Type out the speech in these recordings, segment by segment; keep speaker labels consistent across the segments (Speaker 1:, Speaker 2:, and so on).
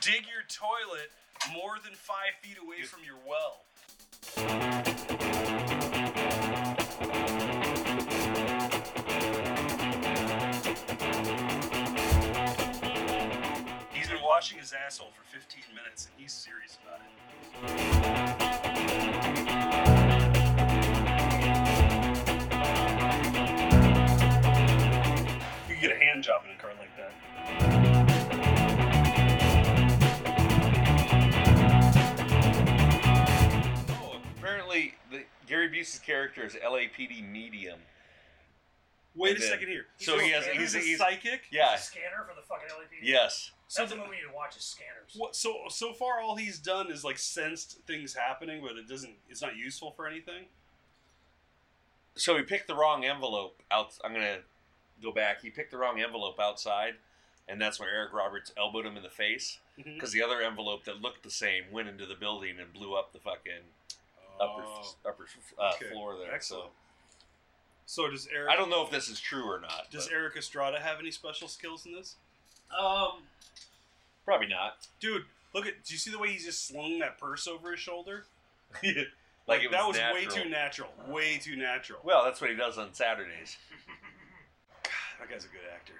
Speaker 1: dig your toilet more than five feet away from your well. He's been washing his asshole for 15 minutes and he's serious about it. You could get a hand job in a car like that.
Speaker 2: Oh, apparently the, Gary Busey's character is LAPD medium.
Speaker 1: Wait
Speaker 2: And
Speaker 1: a
Speaker 2: then-
Speaker 1: second here.
Speaker 2: so he has-
Speaker 1: a-
Speaker 2: he's-
Speaker 1: a
Speaker 2: he's-
Speaker 1: psychic.
Speaker 2: Yeah.
Speaker 3: Scanner for the fucking LAPD.
Speaker 2: Yes.
Speaker 3: So
Speaker 1: So
Speaker 3: the
Speaker 1: the-
Speaker 3: movie we need to watch is Scanners.
Speaker 1: What, so so far, all he's done is like sensed things happening, but it doesn't. It's not useful for anything.
Speaker 2: So he picked the wrong envelope out. I'm gonna go back. He picked the wrong envelope outside, and that's where Eric Roberts elbowed him in the face because the other envelope that looked the same went into the building and blew up the fucking upper
Speaker 1: Oh,
Speaker 2: upper uh,
Speaker 1: okay.
Speaker 2: floor there.
Speaker 1: Excellent. So does
Speaker 2: So
Speaker 1: Eric?
Speaker 2: I don't know if this is true or not.
Speaker 1: Does
Speaker 2: but
Speaker 1: Eric Estrada have any special skills in this?
Speaker 3: Um,
Speaker 2: probably not.
Speaker 1: Dude, look at. Do you see the way he just slung that purse over his shoulder?
Speaker 2: Like, it was
Speaker 1: that was way
Speaker 2: natural.
Speaker 1: too natural. Way too natural.
Speaker 2: Well, that's what he does on Saturdays.
Speaker 1: that guy's a good actor.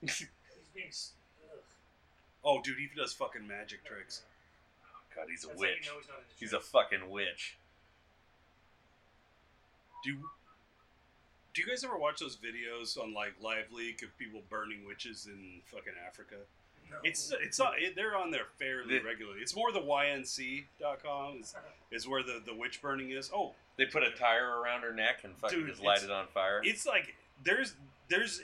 Speaker 3: he's being. s- Ugh.
Speaker 1: Oh, dude, he does fucking magic tricks.
Speaker 2: God, he's a
Speaker 3: That's how you
Speaker 2: witch.
Speaker 3: know he's not into
Speaker 2: He's a
Speaker 3: drugs.
Speaker 2: fucking witch.
Speaker 1: Do Do you guys ever watch those videos on like Live Leak of people burning witches in fucking Africa?
Speaker 3: No.
Speaker 1: It's it's not, it, they're on there fairly
Speaker 2: The-
Speaker 1: regularly. It's more the YNC.com is is where the the witch burning is. Oh,
Speaker 2: They put a tire around her neck and fucking
Speaker 1: Dude,
Speaker 2: just light
Speaker 1: it's-
Speaker 2: it on fire.
Speaker 1: it's like there's there's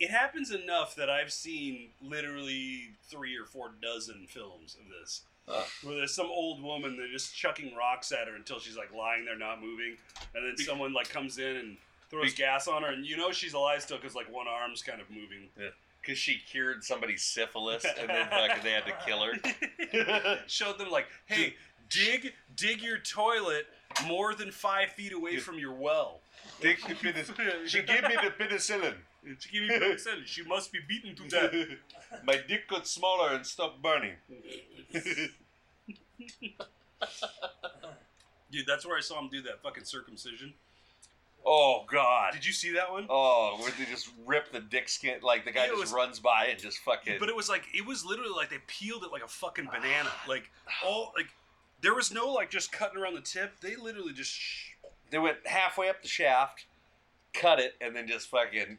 Speaker 1: it happens enough that I've seen literally three or four dozen films of this.
Speaker 2: Huh.
Speaker 1: Where there's some old woman, they're just chucking rocks at her until she's like lying there, not moving, and then
Speaker 2: Be-
Speaker 1: someone like comes in and throws
Speaker 2: Be-
Speaker 1: gas on her, and you know she's alive still because like one arm's kind of moving.
Speaker 2: Because she cured somebody's syphilis and then fucking they had to kill her.
Speaker 1: Showed them like, hey, dig dig your toilet more than five feet away
Speaker 2: Dude.
Speaker 1: from your well.
Speaker 2: Dick the penis- she gave me the penicillin.
Speaker 1: She gave me penicillin. She must be beaten to death.
Speaker 2: My dick got smaller and stopped burning.
Speaker 1: Dude, that's where I saw him do that fucking circumcision.
Speaker 2: oh god.
Speaker 1: Did you see that one?
Speaker 2: Oh, where they just rip the dick skin like the guy
Speaker 1: It
Speaker 2: just
Speaker 1: was-
Speaker 2: runs by and just fucking.
Speaker 1: But it was like it was literally like they peeled it like a fucking banana. Like all like there was no like just cutting around the tip. They literally just sh-
Speaker 2: they went halfway up the shaft, cut it, and then just fucking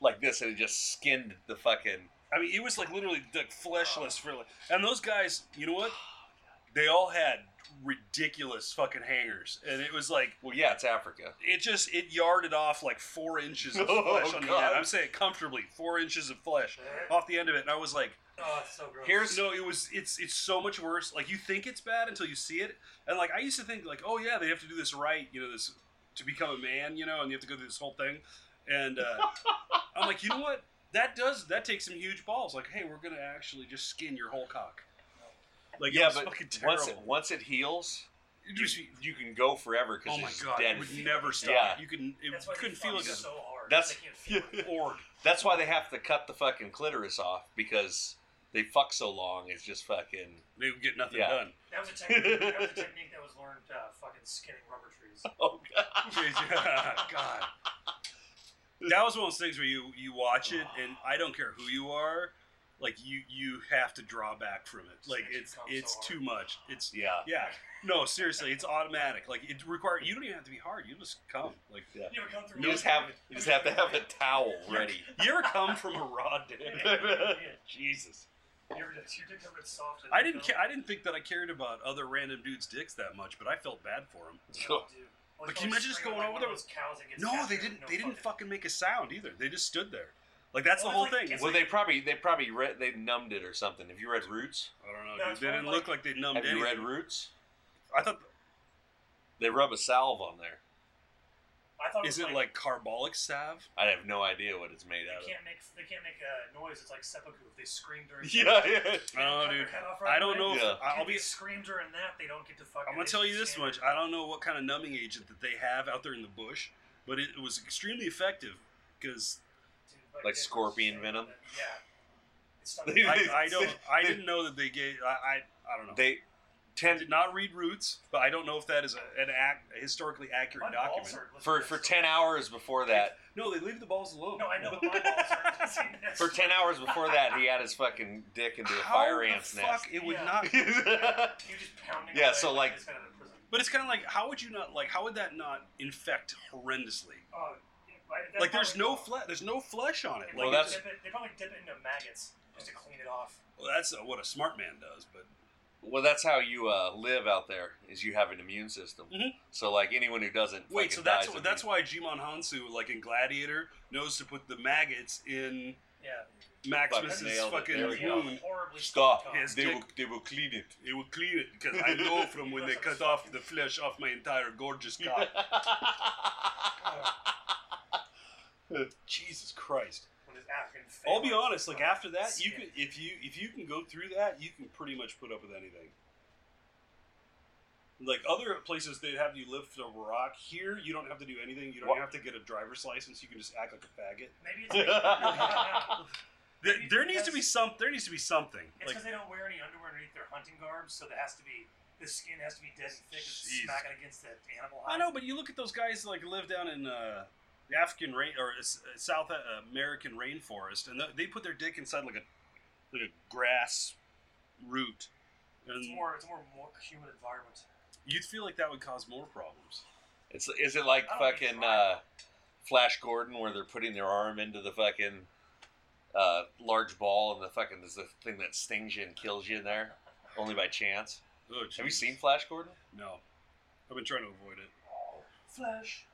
Speaker 2: like this, and it just skinned the fucking.
Speaker 1: I mean, it was like literally like fleshless for like. And those guys, you know what? They all had ridiculous fucking hangers, and it was like
Speaker 2: Well, yeah, it's Africa.
Speaker 1: it just it yarded off like four inches of
Speaker 2: Oh,
Speaker 1: flesh on the
Speaker 2: God.
Speaker 1: end. I'm saying comfortably four inches of flesh off the end of it, and I was like,
Speaker 3: Oh, it's so gross.
Speaker 2: Here's
Speaker 1: no, it was it's it's so much worse. Like you think it's bad until you see it, and like I used to think like, oh yeah, they have to do this right, you know, this to become a man, you know, and you have to go through this whole thing, and uh, I'm like, you know what? That does that takes some huge balls. Like, hey, we're gonna actually just skin your whole cock. Like,
Speaker 2: yeah,
Speaker 1: it was
Speaker 2: but
Speaker 1: fucking terrible.
Speaker 2: once it, once it heals,
Speaker 1: It
Speaker 2: you,
Speaker 1: just-
Speaker 2: you can go forever
Speaker 1: oh
Speaker 2: because
Speaker 1: my
Speaker 2: it's
Speaker 1: god,
Speaker 2: dead.
Speaker 1: it would never stop.
Speaker 2: Yeah.
Speaker 1: You couldn't, it
Speaker 3: That's why
Speaker 1: couldn't
Speaker 3: they
Speaker 1: feel
Speaker 3: fuck
Speaker 1: it.
Speaker 3: so hard.
Speaker 2: That's-
Speaker 3: they can't feel it.
Speaker 1: Org.
Speaker 2: That's why they have to cut the fucking clitoris off because they fuck so long. It's just fucking.
Speaker 1: They would get nothing
Speaker 2: Yeah.
Speaker 1: done.
Speaker 3: That was a technique. that was a technique that was learned uh, fucking skinning rubber trees.
Speaker 2: Oh god.
Speaker 1: God. That was one of those things where you you watch it and I don't care who you are, like you you have to draw back from it. Like it's it's too much. It's
Speaker 2: Yeah.
Speaker 1: yeah. No, seriously, it's automatic. Like it require you don't even have to be hard. You just come. Like
Speaker 3: You ever come through?
Speaker 2: You just have you just have to have a towel ready.
Speaker 1: you ever come from a raw dick? Jesus.
Speaker 3: You ever just your dick ever gets soft? and
Speaker 1: I
Speaker 3: you
Speaker 1: didn't
Speaker 3: go,
Speaker 1: ca- I didn't think that I cared about other random dudes' dicks that much, but I felt bad for them.
Speaker 3: Oh, dude. Oh,
Speaker 1: But
Speaker 3: it's
Speaker 1: can you
Speaker 3: always
Speaker 1: imagine just
Speaker 3: straight
Speaker 1: going
Speaker 3: like
Speaker 1: over
Speaker 3: one
Speaker 1: there
Speaker 3: of those cows that gets
Speaker 1: No, they
Speaker 3: castrated
Speaker 1: didn't
Speaker 3: with no
Speaker 1: they didn't
Speaker 3: fucking-
Speaker 1: fucking make a sound either. They just stood there. Like that's the
Speaker 3: Well,
Speaker 1: whole
Speaker 3: it's like-
Speaker 1: thing.
Speaker 3: it's
Speaker 2: Well, they probably they probably read they numbed it or something. Have you read Roots?
Speaker 1: I don't know.
Speaker 3: No,
Speaker 1: Dude.
Speaker 3: it's
Speaker 1: They
Speaker 3: fine,
Speaker 1: didn't
Speaker 3: like-
Speaker 1: look like they numbed
Speaker 2: Have you
Speaker 1: anything.
Speaker 2: read Roots?
Speaker 1: I thought
Speaker 2: They rub a salve on there.
Speaker 3: I thought
Speaker 1: Is
Speaker 3: was
Speaker 1: it like carbolic salve?
Speaker 2: I have no idea what it's made
Speaker 3: they
Speaker 2: out of.
Speaker 3: can't make they can't make a noise? It's like seppuku if they scream during.
Speaker 2: Yeah, yeah.
Speaker 1: I don't know, Oh,
Speaker 3: Cut their
Speaker 1: dude.
Speaker 3: head off right
Speaker 1: I don't
Speaker 3: away.
Speaker 1: know. If,
Speaker 2: Yeah.
Speaker 1: I- I'll
Speaker 3: If they
Speaker 1: be.
Speaker 3: scream during that. They don't get to fucking.
Speaker 1: I'm gonna
Speaker 3: they
Speaker 1: tell
Speaker 3: just
Speaker 1: you this
Speaker 3: stand
Speaker 1: much.
Speaker 3: there.
Speaker 1: I don't know what kind of numbing agent that they have out there in the bush, but it, it was extremely effective because
Speaker 3: Dude, but
Speaker 2: Like
Speaker 3: they-
Speaker 2: scorpion venom?
Speaker 3: Yeah. It's not
Speaker 2: They-
Speaker 3: I,
Speaker 1: I, I don't. I didn't know that they gave. I. I, I don't know.
Speaker 2: They
Speaker 1: I
Speaker 2: ten
Speaker 1: did not read Roots, but I don't know if that is a, an act, a historically accurate
Speaker 3: my
Speaker 1: document.
Speaker 3: balls hurt listening
Speaker 2: for
Speaker 3: to
Speaker 2: for
Speaker 3: this.
Speaker 2: ten hours before that.
Speaker 1: No, they leave the balls alone.
Speaker 3: No, I know, but my balls hurt listening to this.
Speaker 2: For ten hours before that, he had his fucking dick into a
Speaker 1: How
Speaker 2: fire
Speaker 1: the
Speaker 2: ant's
Speaker 1: fuck it would
Speaker 3: Yeah.
Speaker 1: not.
Speaker 2: nest.
Speaker 3: You're just pounding.
Speaker 2: Yeah,
Speaker 3: away
Speaker 2: so, like-
Speaker 3: this guy out of prison.
Speaker 1: But it's kind of like how would you not like how would that not infect horrendously?
Speaker 3: Oh, yeah, right, that
Speaker 1: Like there's
Speaker 3: probably-
Speaker 1: no fle- there's no flesh on it.
Speaker 3: They
Speaker 1: Like
Speaker 2: Well,
Speaker 3: probably
Speaker 2: that's-
Speaker 3: dip it- they probably dip it into maggots just to clean it off.
Speaker 1: well, that's uh, what a smart man does. But
Speaker 2: well, that's how you uh, live out there is you have an immune system.
Speaker 1: Mhm.
Speaker 2: So like anyone who doesn't
Speaker 1: wait,
Speaker 2: fucking
Speaker 1: so that's
Speaker 2: dies
Speaker 1: that's why Jimon Hansu, like in Gladiator, knows to put the maggots in
Speaker 3: Yeah.
Speaker 1: Maximus's
Speaker 2: nailed it.
Speaker 1: fucking
Speaker 2: There we go.
Speaker 1: wound.
Speaker 3: Horribly
Speaker 2: Stop.
Speaker 3: stuck.
Speaker 1: Yes.
Speaker 2: they
Speaker 1: dick-
Speaker 2: will they will clean it.
Speaker 1: It will clean it because I know from when they cut off the flesh off my entire gorgeous cock. Jesus Christ.
Speaker 3: With his African
Speaker 1: I'll be
Speaker 3: phalanx.
Speaker 1: honest. Like after that, you
Speaker 3: Yeah.
Speaker 1: can if you if you can go through that, you can pretty much put up with anything. Like other places, they'd have you lift a rock. Here, you don't have to do anything. You don't
Speaker 2: What?
Speaker 1: have to get a driver's license. You can just act like a faggot.
Speaker 3: Maybe it's because
Speaker 1: There,
Speaker 3: Maybe
Speaker 1: there needs to
Speaker 3: that's-
Speaker 1: be some. There needs to be something. Like,
Speaker 3: they don't wear any underwear underneath their hunting garbs, so there has to be the skin has to be dead and thick, it's
Speaker 1: Jeez.
Speaker 3: smacking against that animal.
Speaker 1: I
Speaker 3: hide.
Speaker 1: know, but you look at those guys that, like live down in uh, the African rain or uh, S- uh, South uh, American rainforest, and th- they put their dick inside like a like a grass root,
Speaker 3: It's
Speaker 2: Mm.
Speaker 1: and
Speaker 3: more, it's more, more human environment.
Speaker 1: you'd feel like that would cause more problems.
Speaker 2: It's is it like
Speaker 3: I don't think
Speaker 2: fucking
Speaker 3: so.
Speaker 2: uh, Flash Gordon where they're putting their arm into the fucking uh, large ball and the fucking there's the thing that stings you and kills you in there only by chance.
Speaker 1: Oh,
Speaker 2: Have you
Speaker 1: Jesus.
Speaker 2: seen Flash Gordon?
Speaker 1: No, I've been trying to avoid it.
Speaker 3: Oh, flesh.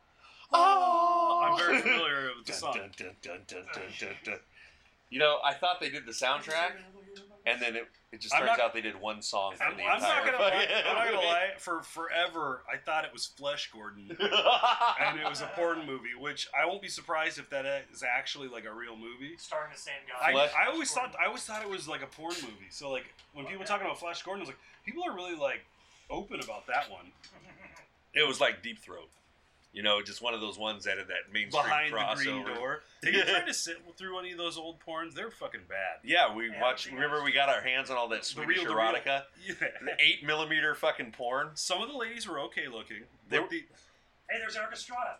Speaker 2: Oh,
Speaker 1: I'm very familiar with the
Speaker 2: Dun,
Speaker 1: song.
Speaker 2: dun, dun, dun, dun, dun, dun, dun. You know, I thought they did the soundtrack, and then it, it just
Speaker 1: I'm
Speaker 2: turns
Speaker 1: not-
Speaker 2: out they did one song for
Speaker 1: I'm,
Speaker 2: the
Speaker 1: I'm not
Speaker 2: entire.
Speaker 1: gonna. Lie, I'm not gonna lie. For forever, I thought it was Flesh Gordon, and it was a porn movie. Which I won't be surprised if that is actually like a real movie.
Speaker 3: Starring the same guy.
Speaker 1: I,
Speaker 2: Flesh-
Speaker 1: I always thought I always thought it was like a porn movie. So like when people talking about Flash Gordon, I was like, people are really like open about that one.
Speaker 2: It was like Deep Throat, you know, just one of those ones that had that mainstream
Speaker 1: Behind the
Speaker 2: crossover.
Speaker 1: green door. Have you tried to sit through any of those old porns? They're fucking bad.
Speaker 2: Yeah, we
Speaker 3: Yeah,
Speaker 2: watched.
Speaker 3: we
Speaker 2: Remember, we got our hands on all that
Speaker 1: The
Speaker 2: Swedish
Speaker 1: real- the real-
Speaker 2: erotica,
Speaker 1: Yeah.
Speaker 2: eight millimeter fucking porn.
Speaker 1: Some of the ladies were okay looking.
Speaker 2: They
Speaker 1: but
Speaker 2: were-
Speaker 1: the-
Speaker 3: hey, there's Eric Estrada.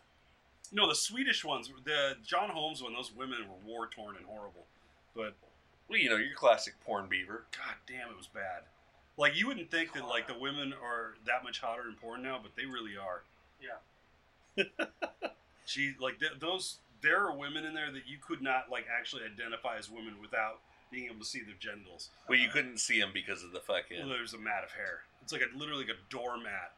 Speaker 1: no, the Swedish ones, the John Holmes one, those women were war torn and horrible. But
Speaker 2: Well, you know, your classic porn beaver.
Speaker 1: god damn, it was bad. Like you wouldn't think that like the women are that much hotter in porn now, but they really are.
Speaker 3: Yeah.
Speaker 1: she like th- those there are women in there that you could not like actually identify as women without being able to see their genitals.
Speaker 2: Well, you couldn't see him because of the
Speaker 1: Well,
Speaker 2: fucking.
Speaker 1: There's a mat of hair. It's like a literally like a doormat.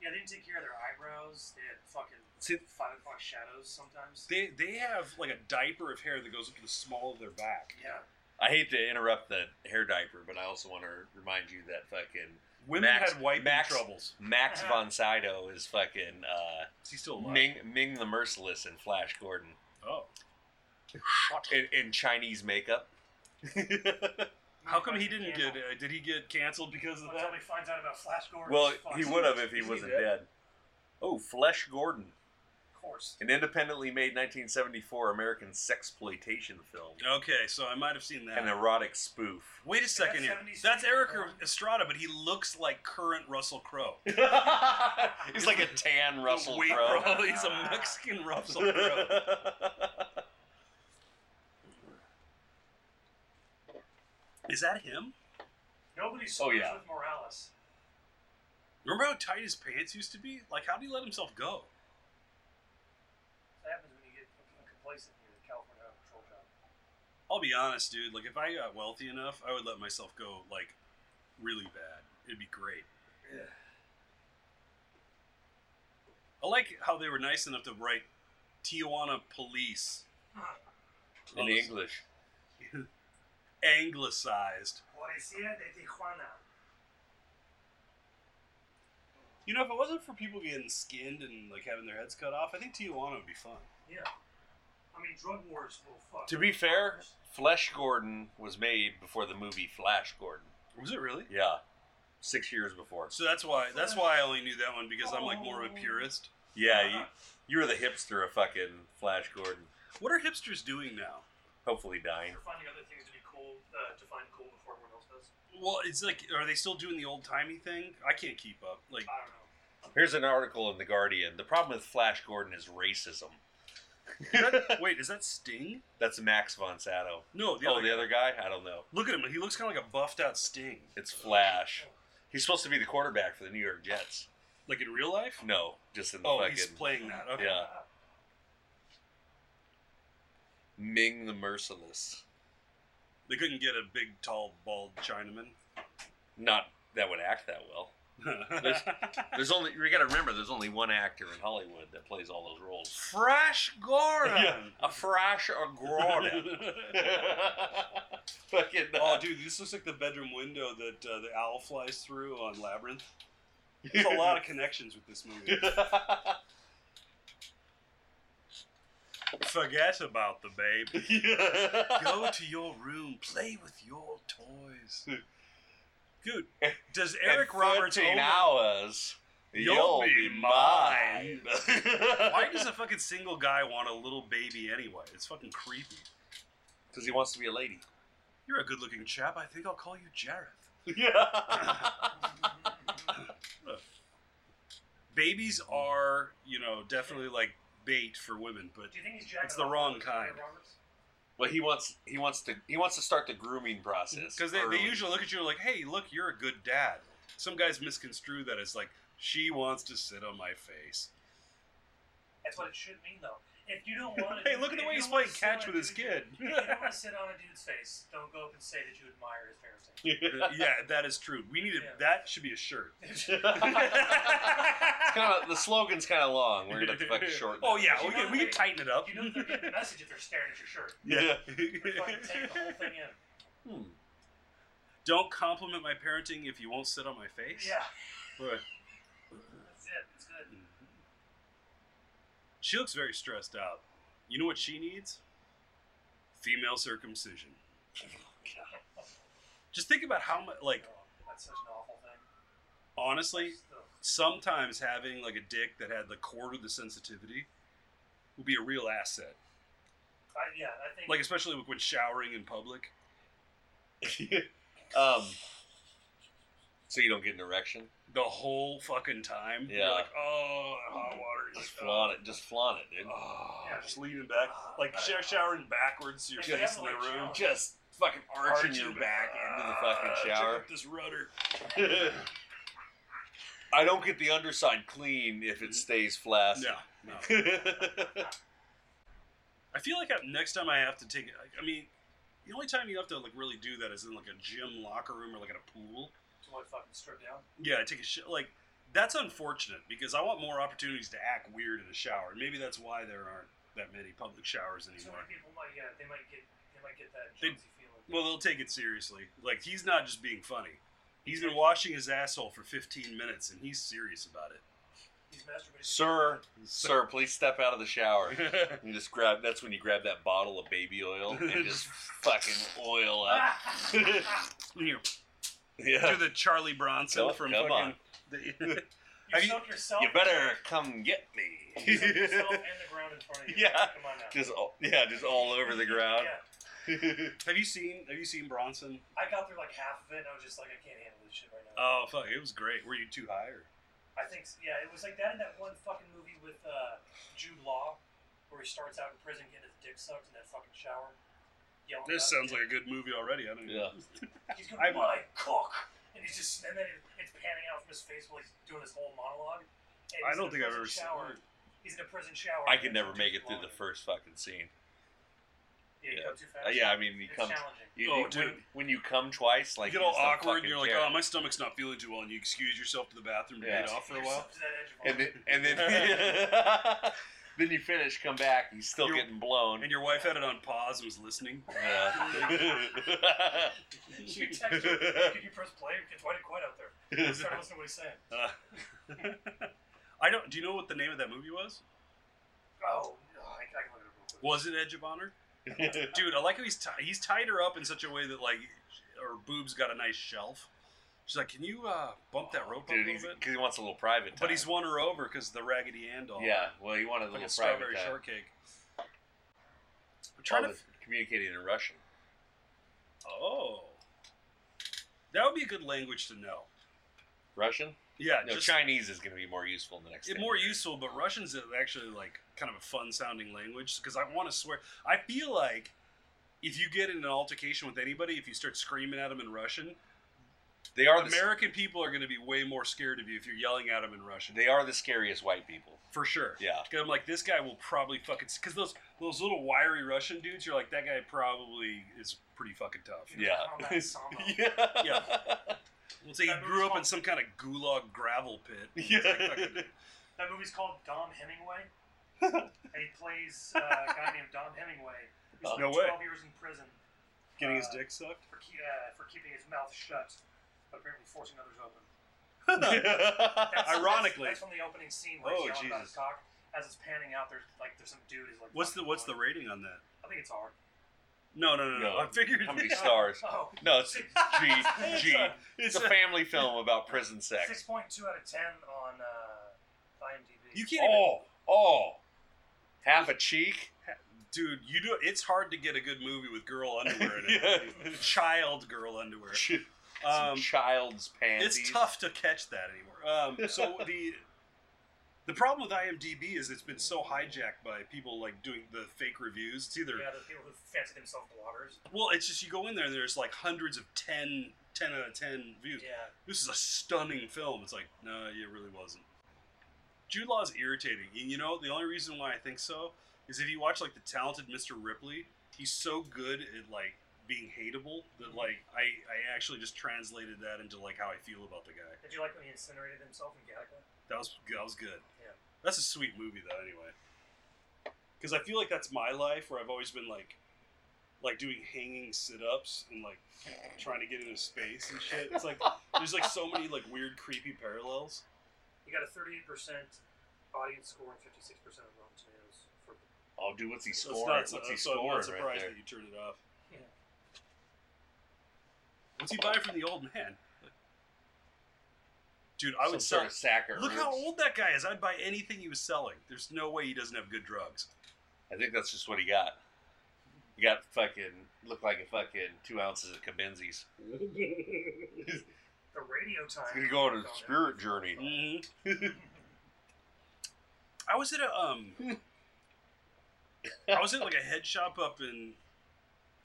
Speaker 3: Yeah, they didn't take care of their eyebrows. They had fucking
Speaker 2: See-
Speaker 3: five o'clock shadows sometimes.
Speaker 1: They they have like a diaper of hair that goes up to the small of their back.
Speaker 3: yeah.
Speaker 2: I hate to interrupt the hair diaper, but I also want to remind you that fucking
Speaker 1: Women
Speaker 2: Max-
Speaker 1: had wiping
Speaker 2: Max-
Speaker 1: troubles.
Speaker 2: Max
Speaker 1: Uh-huh.
Speaker 2: von Sydow is fucking uh,
Speaker 1: Is he still alive?
Speaker 2: Ming Ming the Merciless in Flash Gordon
Speaker 1: Oh,
Speaker 2: in, in Chinese makeup.
Speaker 1: how come he didn't get? Uh, did he get canceled because of
Speaker 3: By the
Speaker 1: that?
Speaker 3: time he finds out about Flash Gordon,
Speaker 2: Well,
Speaker 3: fuck,
Speaker 2: he would have if he
Speaker 1: Is he
Speaker 2: wasn't
Speaker 1: dead?
Speaker 2: dead. Oh, Flesh Gordon.
Speaker 3: Of course.
Speaker 2: An independently made 1974 American sexploitation film.
Speaker 1: Okay, so I might have seen that.
Speaker 2: An erotic spoof.
Speaker 1: Wait a second here.
Speaker 3: 70s
Speaker 1: That's Eric
Speaker 3: porn.
Speaker 1: Estrada, but he looks like current Russell Crowe.
Speaker 2: He's like a tan Russell
Speaker 1: Wait,
Speaker 2: Crowe.
Speaker 1: bro, he's a Mexican Russell Crowe. Is that him?
Speaker 3: Nobody's
Speaker 2: Oh,
Speaker 3: oh,
Speaker 2: yeah.
Speaker 3: with Morales.
Speaker 1: Remember how tight his pants used to be? Like, how do you let himself go?
Speaker 3: That happens when you get fucking complacent here in California out of control job.
Speaker 1: I'll be honest, dude. Like, if I got wealthy enough, I would let myself go, like, really bad. It'd be great. I like how they were nice enough to write Tijuana Police
Speaker 2: In English.
Speaker 1: anglicized.
Speaker 3: Policía de Tijuana.
Speaker 1: You know, if it wasn't for people getting skinned and, like, having their heads cut off, I think Tijuana would be fun.
Speaker 3: Yeah. I mean, drug wars will fuck.
Speaker 2: To be fair, Flesh Gordon was made before the movie Flash Gordon.
Speaker 1: Was it really?
Speaker 2: Yeah. Six years before.
Speaker 1: So that's why that's why I only knew that one because I'm like
Speaker 2: Oh.
Speaker 1: more of a purist.
Speaker 2: Yeah,
Speaker 1: uh,
Speaker 2: you, you were the hipster of fucking Flash Gordon.
Speaker 1: What are hipsters doing now?
Speaker 2: Hopefully dying.
Speaker 3: You're Uh, finding other things to be cool. uh, to find cool before everyone else does.
Speaker 1: Well, it's like, are they still doing the old timey thing? I can't keep up. Like,
Speaker 3: I don't know.
Speaker 2: Here's an article in The Guardian. The problem with Flash Gordon is racism.
Speaker 1: wait, is that Sting?
Speaker 2: That's Max von Sato.
Speaker 1: No, the
Speaker 2: oh,
Speaker 1: other.
Speaker 2: the other guy? I don't know.
Speaker 1: Look at him. He looks kind of like a buffed out Sting.
Speaker 2: It's Flash. He's supposed to be the quarterback for the New York Jets.
Speaker 1: Like in real life?
Speaker 2: No, just in the
Speaker 1: Oh,
Speaker 2: Mm, fucking
Speaker 1: he's playing that. Okay.
Speaker 2: Yeah.
Speaker 3: Uh,
Speaker 2: Ming the Merciless.
Speaker 1: They couldn't get a big, tall, bald Chinaman.
Speaker 2: Not that would act that well. There's only you got to remember there's only one actor in Hollywood that plays all those roles.
Speaker 1: Fresh Gordon.
Speaker 2: A Flash or Gordon. Fucking
Speaker 1: oh, dude, this looks like the bedroom window that uh, the owl flies through on Labyrinth. There's a lot of connections with this movie. Forget about the babe. Go to your room. Play with your toys. Dude, does Eric Roberts
Speaker 2: in
Speaker 1: own-
Speaker 2: hours.
Speaker 1: You'll
Speaker 2: You'll,
Speaker 1: be
Speaker 2: be mine.
Speaker 1: Why does a fucking single guy want a little baby anyway? It's fucking creepy.
Speaker 2: Because he wants to be a lady.
Speaker 1: You're a good looking chap. I think I'll call you Jareth. Babies are, you know, definitely like bait for women, but
Speaker 3: do you think he's jacking
Speaker 1: It's the
Speaker 3: off
Speaker 1: wrong
Speaker 3: to
Speaker 1: kind.
Speaker 3: Eric Roberts?
Speaker 2: well, he wants he wants to he wants to start the grooming process
Speaker 1: because they, they
Speaker 2: early.
Speaker 1: usually look at you like, hey, look, you're a good dad. Some guys misconstrue that as like, she wants to sit on my face.
Speaker 3: That's what it should mean, though. If you don't want to,
Speaker 1: Hey, look at the way he's playing catch with his kid.
Speaker 3: If you don't want to sit on a dude's face, don't go up and say that you admire his parenting.
Speaker 1: yeah, that is true. We need to,
Speaker 3: Yeah.
Speaker 1: that should be a shirt.
Speaker 2: It's kinda, the slogan's kind of long. We're gonna have to fucking shorten.
Speaker 1: Oh
Speaker 2: it.
Speaker 1: yeah, we can, we can tighten it up.
Speaker 3: you know they're getting the message if they're staring at your shirt.
Speaker 2: Yeah.
Speaker 3: They're fucking taking the whole thing in.
Speaker 2: Hmm.
Speaker 1: Don't compliment my parenting if you won't sit on my face.
Speaker 3: Yeah,
Speaker 1: Right.
Speaker 3: that's it. It's good.
Speaker 1: Mm-hmm. She looks very stressed out. You know what she needs? Female circumcision. Just think about how much, like,
Speaker 3: Oh, that's such an awful thing.
Speaker 1: honestly,
Speaker 3: Just, ugh.
Speaker 1: sometimes having, like, a dick that had the quarter of the sensitivity would be a real asset.
Speaker 3: I, yeah, I think.
Speaker 1: Like, especially when showering in public.
Speaker 2: um. So you don't get an erection?
Speaker 1: The whole fucking time. You're
Speaker 2: Yeah.
Speaker 1: like, oh, that hot water
Speaker 2: Just
Speaker 1: is
Speaker 2: flaunt it. Just flaunt it, dude.
Speaker 1: Oh,
Speaker 3: Yeah.
Speaker 1: just leaning back. Like, shower- showering backwards to your
Speaker 3: Yeah,
Speaker 1: face in the
Speaker 3: definitely
Speaker 1: room.
Speaker 3: shower.
Speaker 2: Just fucking arching your back into the fucking shower.
Speaker 1: Ah, this rudder.
Speaker 2: I don't get the underside clean if it stays flaccid.
Speaker 1: No, no. I feel like I, next time I have to take. I mean, the only time you have to like really do that is in like a gym locker room or like at a pool.
Speaker 3: to what fucking strip down?
Speaker 1: Yeah, I take a shit. Like that's unfortunate because I want more opportunities to act weird in a shower. Maybe that's why there aren't that many public showers
Speaker 3: So
Speaker 1: anymore.
Speaker 3: many people might, yeah, they might get, they might get that
Speaker 1: They-
Speaker 3: jonesy feeling.
Speaker 1: Well, they'll take it seriously. Like he's not just being funny. He's been washing his asshole for 15 minutes and he's serious about it.
Speaker 3: He's masturbating.
Speaker 2: Sir, sir, please step out of the shower.
Speaker 1: It's
Speaker 2: You just grab. That's when you grab that bottle of baby oil and just fucking oil up.
Speaker 1: when you Ah. do
Speaker 2: Yeah.
Speaker 1: the Charlie Bronson
Speaker 2: Come-
Speaker 1: from
Speaker 2: Oh, come
Speaker 1: fucking. The,
Speaker 3: you
Speaker 1: Have you-
Speaker 3: soak yourself.
Speaker 2: You better come get me.
Speaker 3: You soak yourself and the ground in front of you.
Speaker 2: Yeah.
Speaker 3: Come on now.
Speaker 2: just all, yeah, just all over the ground.
Speaker 3: Yeah.
Speaker 1: Have you seen Have you seen Bronson?
Speaker 3: I got through like half of it, and I was just like, I can't handle this shit right now.
Speaker 1: Oh fuck, it was great. Were you too high? Or?
Speaker 3: I think, s- yeah, it was like that in that one fucking movie with uh, Jude Law, where he starts out in prison getting his dick sucked in that fucking shower. Yelling
Speaker 1: This sounds
Speaker 3: about
Speaker 1: like a good movie already. I don't even.
Speaker 2: Yeah.
Speaker 3: it. He's going,
Speaker 1: I'm-
Speaker 3: my cock! And he's just, and then it, it's panning out from his face while he's doing this whole monologue. And
Speaker 1: I
Speaker 3: he's in
Speaker 1: don't
Speaker 3: a
Speaker 1: think I've
Speaker 3: prison
Speaker 1: ever
Speaker 3: shower.
Speaker 1: seen.
Speaker 3: He's in a prison shower.
Speaker 2: I
Speaker 3: and
Speaker 2: could
Speaker 3: it's
Speaker 2: never make it through
Speaker 3: Jude Law.
Speaker 2: the first fucking scene.
Speaker 3: Yeah, you
Speaker 2: yeah.
Speaker 3: come too fast.
Speaker 2: Uh, yeah, I mean, you
Speaker 3: it's
Speaker 2: come.
Speaker 3: challenging.
Speaker 2: You,
Speaker 1: Oh,
Speaker 2: you- when,
Speaker 1: dude.
Speaker 2: when you come twice, like
Speaker 1: you get all
Speaker 2: just don't
Speaker 1: awkward and
Speaker 2: fucking
Speaker 1: you're like,
Speaker 2: care.
Speaker 1: oh, my stomach's not feeling too well, and you excuse yourself to the bathroom to
Speaker 2: Yeah.
Speaker 1: get off for a
Speaker 3: You're
Speaker 1: while.
Speaker 3: up to that edge of
Speaker 2: and then,
Speaker 3: awkward.
Speaker 2: and then, then you finish, come back, you're still
Speaker 1: You're-
Speaker 2: getting blown.
Speaker 1: And your wife had it on pause and was listening.
Speaker 2: Yeah.
Speaker 3: She texted you, Could you press play? It's quite quite out there. Start listening to what he's saying.
Speaker 1: Uh, I don't. Do you know what the name of that movie was?
Speaker 3: Oh, no, I, I can look it up real quick.
Speaker 1: Was it Edge of Honor? Dude, I like how he's ti he's tied her up in such a way that like her boobs got a nice shelf. She's like, can you uh, bump that rope up a
Speaker 2: Dude,
Speaker 1: little
Speaker 2: he's,
Speaker 1: bit?
Speaker 2: cause he wants a little private time.
Speaker 1: But he's won her over because the Raggedy Ann doll.
Speaker 2: yeah. Well, he wanted a
Speaker 1: like
Speaker 2: little
Speaker 1: a
Speaker 2: private
Speaker 1: strawberry
Speaker 2: time.
Speaker 1: shortcake. I'm
Speaker 2: All
Speaker 1: trying to.
Speaker 2: this communicating in Russian.
Speaker 1: Oh, that would be a good language to know.
Speaker 2: Russian?
Speaker 1: Yeah,
Speaker 2: No,
Speaker 1: just
Speaker 2: Chinese is going to be more useful in the next.
Speaker 1: it,
Speaker 2: thing.
Speaker 1: more useful, but Russian's actually like kind of a fun sounding language because I want to swear. I feel like if you get in an altercation with anybody, if you start screaming at them in Russian,
Speaker 2: They are the
Speaker 1: American people are going to be way more scared of you if you're yelling at them in Russian.
Speaker 2: they are the scariest white people.
Speaker 1: For sure.
Speaker 2: Yeah.
Speaker 1: 'Cause I'm like, this guy will probably fucking. Because those those little wiry Russian dudes, you're like, that guy probably is pretty fucking tough.
Speaker 2: Yeah.
Speaker 3: Combat Sambo.
Speaker 1: Uh-huh.
Speaker 2: Yeah.
Speaker 1: We'll say he
Speaker 3: That
Speaker 1: grew up in
Speaker 3: movie's called-
Speaker 1: some kind of gulag gravel pit.
Speaker 2: Yeah.
Speaker 1: Fucking-
Speaker 3: That movie's called Dom Hemingway, and he plays uh, a guy named Dom Hemingway who's
Speaker 2: Uh,
Speaker 3: spent
Speaker 1: no way.
Speaker 3: 12 years in prison
Speaker 1: Getting his
Speaker 3: Uh,
Speaker 1: dick sucked.
Speaker 3: for, ke- uh, for keeping his mouth shut, but apparently forcing others open. That's- that's-
Speaker 1: Ironically.
Speaker 3: that's, from the opening scene where
Speaker 2: Oh,
Speaker 3: he's yelling about
Speaker 2: Jesus.
Speaker 3: his cock. As it's panning out, there's like there's some dude who's like.
Speaker 1: What's the
Speaker 3: fucking
Speaker 1: what's the
Speaker 3: going.
Speaker 1: rating on that?
Speaker 3: I think it's hard.
Speaker 1: No, no, no, no.
Speaker 2: No.
Speaker 1: I figured.
Speaker 2: How many stars?
Speaker 3: Oh,
Speaker 2: No, it's G.
Speaker 1: It's
Speaker 2: G.
Speaker 1: a-
Speaker 2: It's
Speaker 1: it's
Speaker 2: a
Speaker 1: a-
Speaker 2: family film about prison
Speaker 3: six
Speaker 2: sex.
Speaker 3: point two out of ten on uh, IMDb.
Speaker 1: you can't. Even,
Speaker 2: Oh, oh, half a cheek.
Speaker 1: dude, you do. It's hard to get a good movie with girl underwear in it.
Speaker 2: Yeah.
Speaker 1: Child girl underwear.
Speaker 2: Some
Speaker 1: Um,
Speaker 2: child's panties.
Speaker 1: it's tough to catch that anymore. Um, so the the problem with IMDb is it's been so hijacked by people like doing the fake reviews. It's either
Speaker 3: yeah, the people who fancy themselves bloggers.
Speaker 1: well, it's just you go in there and there's like hundreds of 10, 10 out of ten views.
Speaker 3: Yeah,
Speaker 1: This is a stunning film. It's like no, it really wasn't. Jude Law is irritating, and you know the only reason why I think so is if you watch like the talented Mr. Ripley, he's so good at like being hateable that like I, I actually just translated that into like how I feel about the guy.
Speaker 3: did you like when he incinerated himself in Gattaca?
Speaker 1: That was that was good.
Speaker 3: Yeah.
Speaker 1: That's a sweet movie though. Anyway, because I feel like that's my life where I've always been like, like doing hanging sit ups and like trying to get into space and shit. It's like there's like so many like weird creepy parallels.
Speaker 3: You got a thirty-eight percent audience score and fifty-six percent of Rotten Tomatoes for
Speaker 2: Oh, dude, what's he
Speaker 1: So
Speaker 2: scoring?
Speaker 1: it's not,
Speaker 2: what's he
Speaker 1: so I'm
Speaker 2: scoring
Speaker 1: not
Speaker 2: right
Speaker 1: surprised
Speaker 2: there?
Speaker 1: that you turned it off.
Speaker 3: Yeah.
Speaker 1: What's he buying from the old man? Dude, I
Speaker 2: Some
Speaker 1: would
Speaker 2: sort
Speaker 1: sell.
Speaker 2: of sack of
Speaker 1: Look how
Speaker 2: herbs.
Speaker 1: old that guy is. I'd buy anything he was selling. There's no way he doesn't have good drugs.
Speaker 2: I think that's just what he got. He got fucking looked like a fucking two ounces of Kabinzi's.
Speaker 3: the radio time.
Speaker 2: He's gonna go on a spirit journey.
Speaker 1: Mhm. I was at a um, I was at like a head shop up in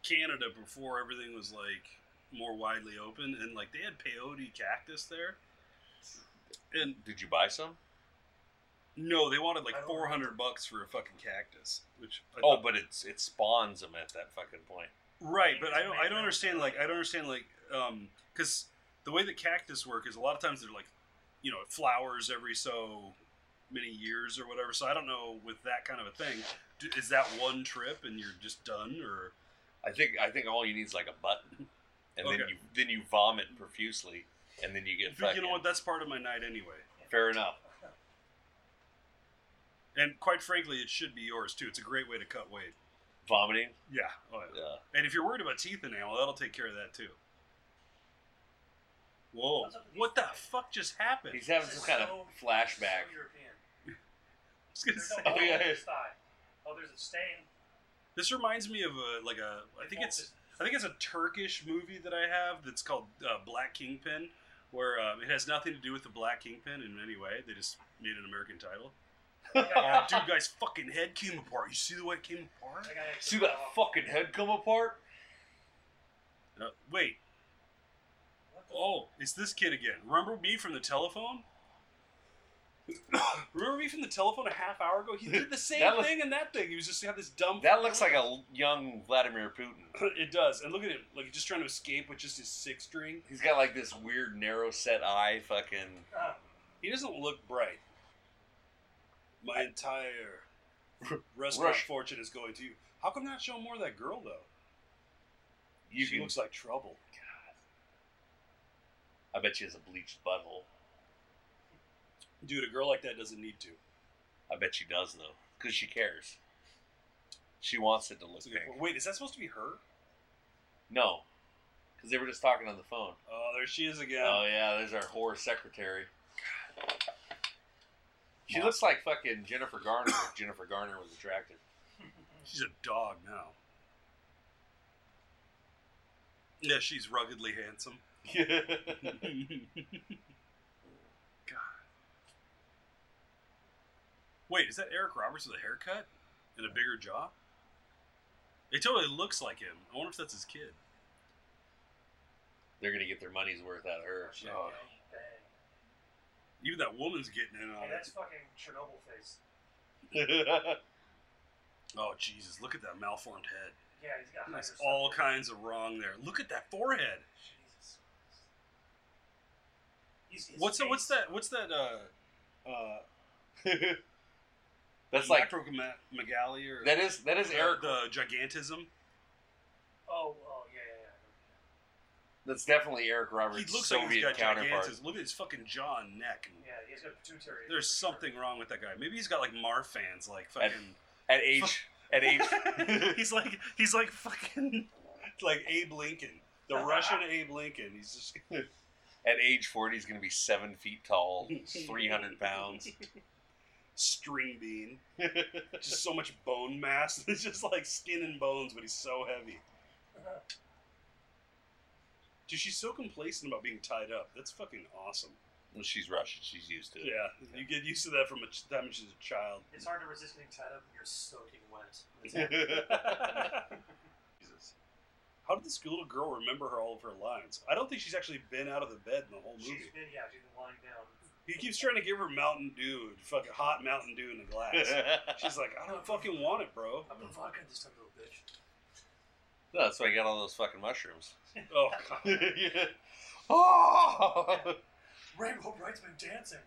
Speaker 1: Canada before everything was like more widely open, and like they had peyote cactus there, and
Speaker 2: Did you buy some?
Speaker 1: no, they wanted
Speaker 3: I
Speaker 1: like
Speaker 3: don't
Speaker 1: four hundred bucks for a fucking cactus, which I
Speaker 2: Oh,
Speaker 1: thought-
Speaker 2: but it's it spawns them at that fucking point.
Speaker 1: right, but
Speaker 3: It's
Speaker 1: I don't, I
Speaker 3: amazing.
Speaker 1: don't understand like I don't understand like um, because the way that cactus work is a lot of times they're like, you know, it flowers every so many years or whatever. So I don't know with that kind of a thing, d- is that one trip and you're just done or?
Speaker 2: I think I think all you need is like a button, and then
Speaker 1: Okay.
Speaker 2: you then you vomit profusely, and then you get
Speaker 1: But
Speaker 2: fucking.
Speaker 1: you know what? That's part of my night anyway.
Speaker 2: Fair enough.
Speaker 1: And quite frankly, it should be yours too. It's a great way to cut weight.
Speaker 2: Vomiting.
Speaker 1: Yeah. Oh, yeah.
Speaker 2: Yeah.
Speaker 1: And if you're worried about teeth enamel, that'll take care of that too. Whoa. What the fuck just happened?
Speaker 2: He's having some kind of flashback.
Speaker 3: So European.
Speaker 1: I was gonna
Speaker 3: There's
Speaker 1: say-
Speaker 3: no hole
Speaker 2: yeah.
Speaker 3: in his thigh. Oh, there's a stain.
Speaker 1: This reminds me of a like a I think it's I think it's a Turkish movie that I have that's called uh, Black Kingpin, where um, it has nothing to do with the Black Kingpin in any way. They just made an American title. Uh, dude, guy's fucking head came apart. You see the way it came apart?
Speaker 2: See that fucking head come apart?
Speaker 1: Uh, wait, Oh, it's this kid again. Remember me from the telephone? Remember me from the telephone a half hour ago? He did the
Speaker 2: That
Speaker 1: same
Speaker 2: look-
Speaker 1: thing and that thing. He was just had this dumb.
Speaker 2: That looks like a young Vladimir Putin.
Speaker 1: it does. And look at him, like he's just trying to escape with just his six string.
Speaker 2: He's got like this weird narrow set eye. Fucking.
Speaker 1: He doesn't look bright. My entire restaurant
Speaker 2: Rush.
Speaker 1: fortune is going to you. How come not show more of that girl though?
Speaker 2: You
Speaker 1: she
Speaker 2: can.
Speaker 1: looks like trouble.
Speaker 2: I bet she has a bleached butthole.
Speaker 1: Dude, a girl like that doesn't need to.
Speaker 2: I bet she does though, because she cares. She wants it to look
Speaker 1: That's a good
Speaker 2: pink.
Speaker 1: point. Wait, is that supposed to be her?
Speaker 2: No, because they were just talking on the phone.
Speaker 1: Oh, there she is again.
Speaker 2: Oh yeah, there's our whore secretary. She looks like fucking Jennifer Garner. if Jennifer Garner was attractive.
Speaker 1: She's a dog now. Yeah, she's ruggedly handsome.
Speaker 2: God.
Speaker 1: Wait, is that Eric Roberts with a haircut and a bigger jaw? It totally looks like him. I wonder if that's his kid.
Speaker 2: They're gonna get their money's worth out of her.
Speaker 3: She
Speaker 1: Oh.
Speaker 3: bang, bang.
Speaker 1: Even that woman's getting in on
Speaker 3: Hey, that's
Speaker 1: it.
Speaker 3: fucking Chernobyl face.
Speaker 1: Oh Jesus! Look at that malformed head.
Speaker 3: Yeah, he's got
Speaker 1: That's
Speaker 3: higher
Speaker 1: all
Speaker 3: stuff.
Speaker 1: kinds of wrong there. Look at that forehead.
Speaker 3: Jesus. He's, his
Speaker 1: What's that? What's
Speaker 3: face-
Speaker 1: that? What's that? Uh, uh,
Speaker 2: That's like
Speaker 1: macromegaly or
Speaker 2: that is that is
Speaker 1: the-
Speaker 2: Eric.
Speaker 1: the gigantism.
Speaker 3: Oh, oh, yeah, yeah,
Speaker 2: That's definitely Eric
Speaker 1: He
Speaker 2: Roberts'
Speaker 1: looks like he's
Speaker 2: Soviet
Speaker 1: got
Speaker 2: counterpart.
Speaker 1: gigantism. Look at his fucking jaw and neck.
Speaker 3: yeah. Yeah, he's got pituitary.
Speaker 1: There's something wrong with that guy. Maybe he's got like Marfan's, like
Speaker 2: At-
Speaker 1: fucking.
Speaker 2: At age at age
Speaker 1: he's like he's like fucking like Abe Lincoln, the Russian Abe Lincoln. He's just
Speaker 2: at age forty, he's gonna be seven feet tall, three hundred pounds.
Speaker 1: string bean, just so much bone mass. It's just like skin and bones, but he's so heavy. Dude, she's so complacent about being tied up. That's fucking awesome.
Speaker 2: Well, she's Russian. She's used to it.
Speaker 1: Yeah, you get used to that from a ch- time she's a child.
Speaker 3: It's hard to resist getting tied up when you're soaking wet.
Speaker 1: Jesus. How did this little girl remember her all of her lines? I don't think she's actually been out of the bed in the whole
Speaker 3: She's
Speaker 1: movie.
Speaker 3: been, yeah, she's been lying down.
Speaker 1: He keeps trying to give her Mountain Dew, fucking hot Mountain Dew in a glass. She's like, I don't fucking want it, bro.
Speaker 3: I've been vodka this time, little bitch.
Speaker 2: No, that's why I got all those fucking mushrooms.
Speaker 1: Oh, God.
Speaker 2: Oh!
Speaker 3: Rainbow Bright's been dancing.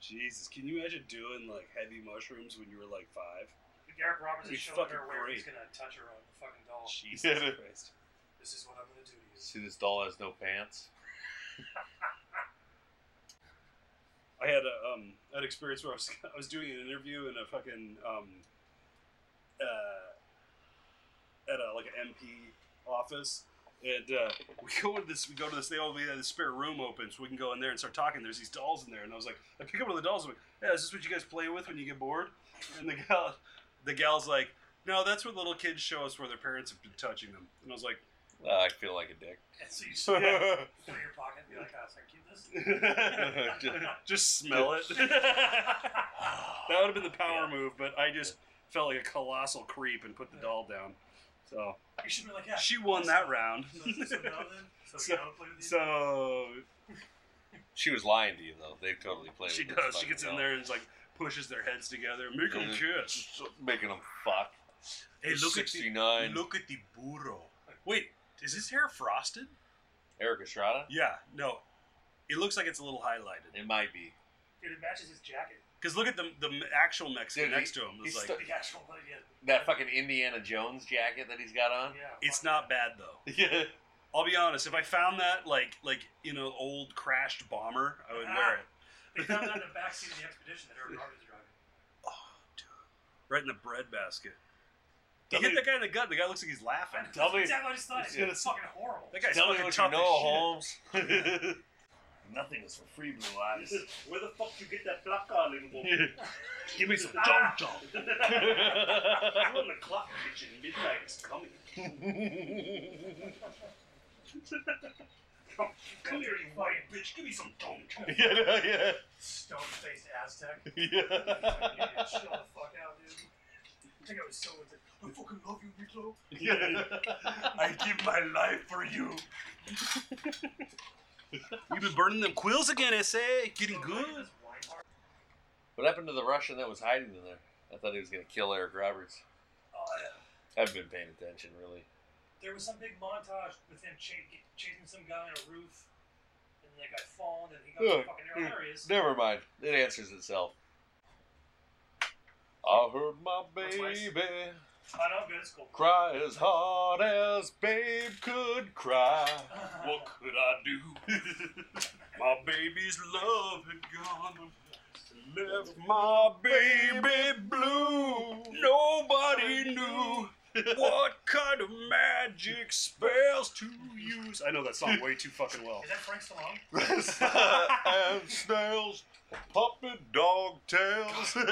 Speaker 1: Jesus, can you imagine doing like heavy mushrooms when you were like five?
Speaker 3: Eric Roberts
Speaker 1: Be
Speaker 3: is showing
Speaker 1: fucking
Speaker 3: her where
Speaker 1: great.
Speaker 3: he's gonna touch her on the fucking doll.
Speaker 1: Jesus
Speaker 2: Yeah.
Speaker 1: Christ.
Speaker 3: This is what I'm gonna do to you.
Speaker 2: See, this doll has no pants.
Speaker 1: I had a um an experience where I was I was doing an interview in a fucking um uh at a like an MP office. And uh, we go to this. We go to this. They always have the spare room open, so we can go in there and start talking. There's these dolls in there, and I was like, I pick up one of the dolls. I'm like, yeah, is this what you guys play with when you get bored? And the gal, the gal's like, no, that's what little kids show us where their parents have been touching them. And I was like,
Speaker 2: Uh, I feel like a dick.
Speaker 3: And so you just put it in your pocket and be like, oh, so I keep this.
Speaker 1: just smell it. That would have been the power move, but I just felt like a colossal creep and put the doll down. So
Speaker 3: You should be like, yeah.
Speaker 1: she won that round.
Speaker 3: So is this what now then? So,
Speaker 1: So-
Speaker 3: you don't play with these?
Speaker 1: so
Speaker 2: she was lying to you, though. They totally played
Speaker 1: she
Speaker 2: with
Speaker 1: does.
Speaker 2: this
Speaker 1: She gets
Speaker 2: fucking
Speaker 1: in there and like pushes their heads together. Make them kiss.
Speaker 2: doll. Making them fuck.
Speaker 1: Hey, look at the
Speaker 2: 69.
Speaker 1: look at the burro. Wait, is his hair frosted?
Speaker 2: Eric Estrada?
Speaker 1: Yeah, no. It looks like it's a little highlighted.
Speaker 2: It might be.
Speaker 3: Dude, it matches his jacket.
Speaker 1: Cause look at the the actual Mexican
Speaker 2: Dude, he-
Speaker 1: next to him. It's
Speaker 2: he's
Speaker 1: like
Speaker 2: stu-
Speaker 3: The actual one, yeah.
Speaker 2: That fucking Indiana Jones jacket that he's got on?
Speaker 3: Yeah,
Speaker 1: it's not
Speaker 3: fuck yeah.
Speaker 1: bad though.
Speaker 2: Yeah.
Speaker 1: I'll be honest. If I found that like like in an old crashed bomber, I would wear it.
Speaker 3: They found that in the backseat of the expedition that Eric Roberts was driving.
Speaker 1: Right in the bread basket. He hit that guy in the gut. The guy looks like he's laughing.
Speaker 3: That's
Speaker 2: Tell me-
Speaker 3: exactly what I just thought. It's
Speaker 2: Yeah.
Speaker 3: fucking horrible.
Speaker 1: That guy's
Speaker 2: Tell me
Speaker 1: fucking
Speaker 2: what you
Speaker 1: tough
Speaker 2: know,
Speaker 1: as
Speaker 2: Holmes. Nothing is for free, Blue Eyes.
Speaker 4: Where the fuck you get that black guy, little boy?
Speaker 1: shit. Give me some
Speaker 4: Jom
Speaker 1: Jom.
Speaker 4: I'm on the clock kitchen. Midnight is coming. Come, come here, you white bitch. Give me some Jom Jom.
Speaker 2: yeah,
Speaker 3: Stone-faced Aztec.
Speaker 2: yeah, yeah.
Speaker 3: Fucking idiot. Chill the fuck out, dude. I think I was so into I fucking love you, Miklo.
Speaker 1: I give my life for you. You've been burning them quills again, SA. Getting good.
Speaker 2: What happened to the Russian that was hiding in there? I thought he was going to kill Eric Roberts.
Speaker 3: Oh, yeah.
Speaker 2: I haven't been paying attention, really.
Speaker 3: There was some big montage with him cha- chasing some guy on a roof, and that guy fallen, and he got
Speaker 2: Yeah.
Speaker 3: the fucking arrow. There he is.
Speaker 2: Never mind. It answers itself. I heard my
Speaker 3: What's nice?
Speaker 2: baby
Speaker 3: I know, good. It's cool.
Speaker 2: cry as hard as babe could cry.
Speaker 1: What could I do? my baby's love had gone. Left my baby blue. Nobody knew what kind of magic spells to use? I know that song way too fucking well.
Speaker 3: Is that Frank Stallone?
Speaker 2: and snails, puppet dog tails,
Speaker 1: Can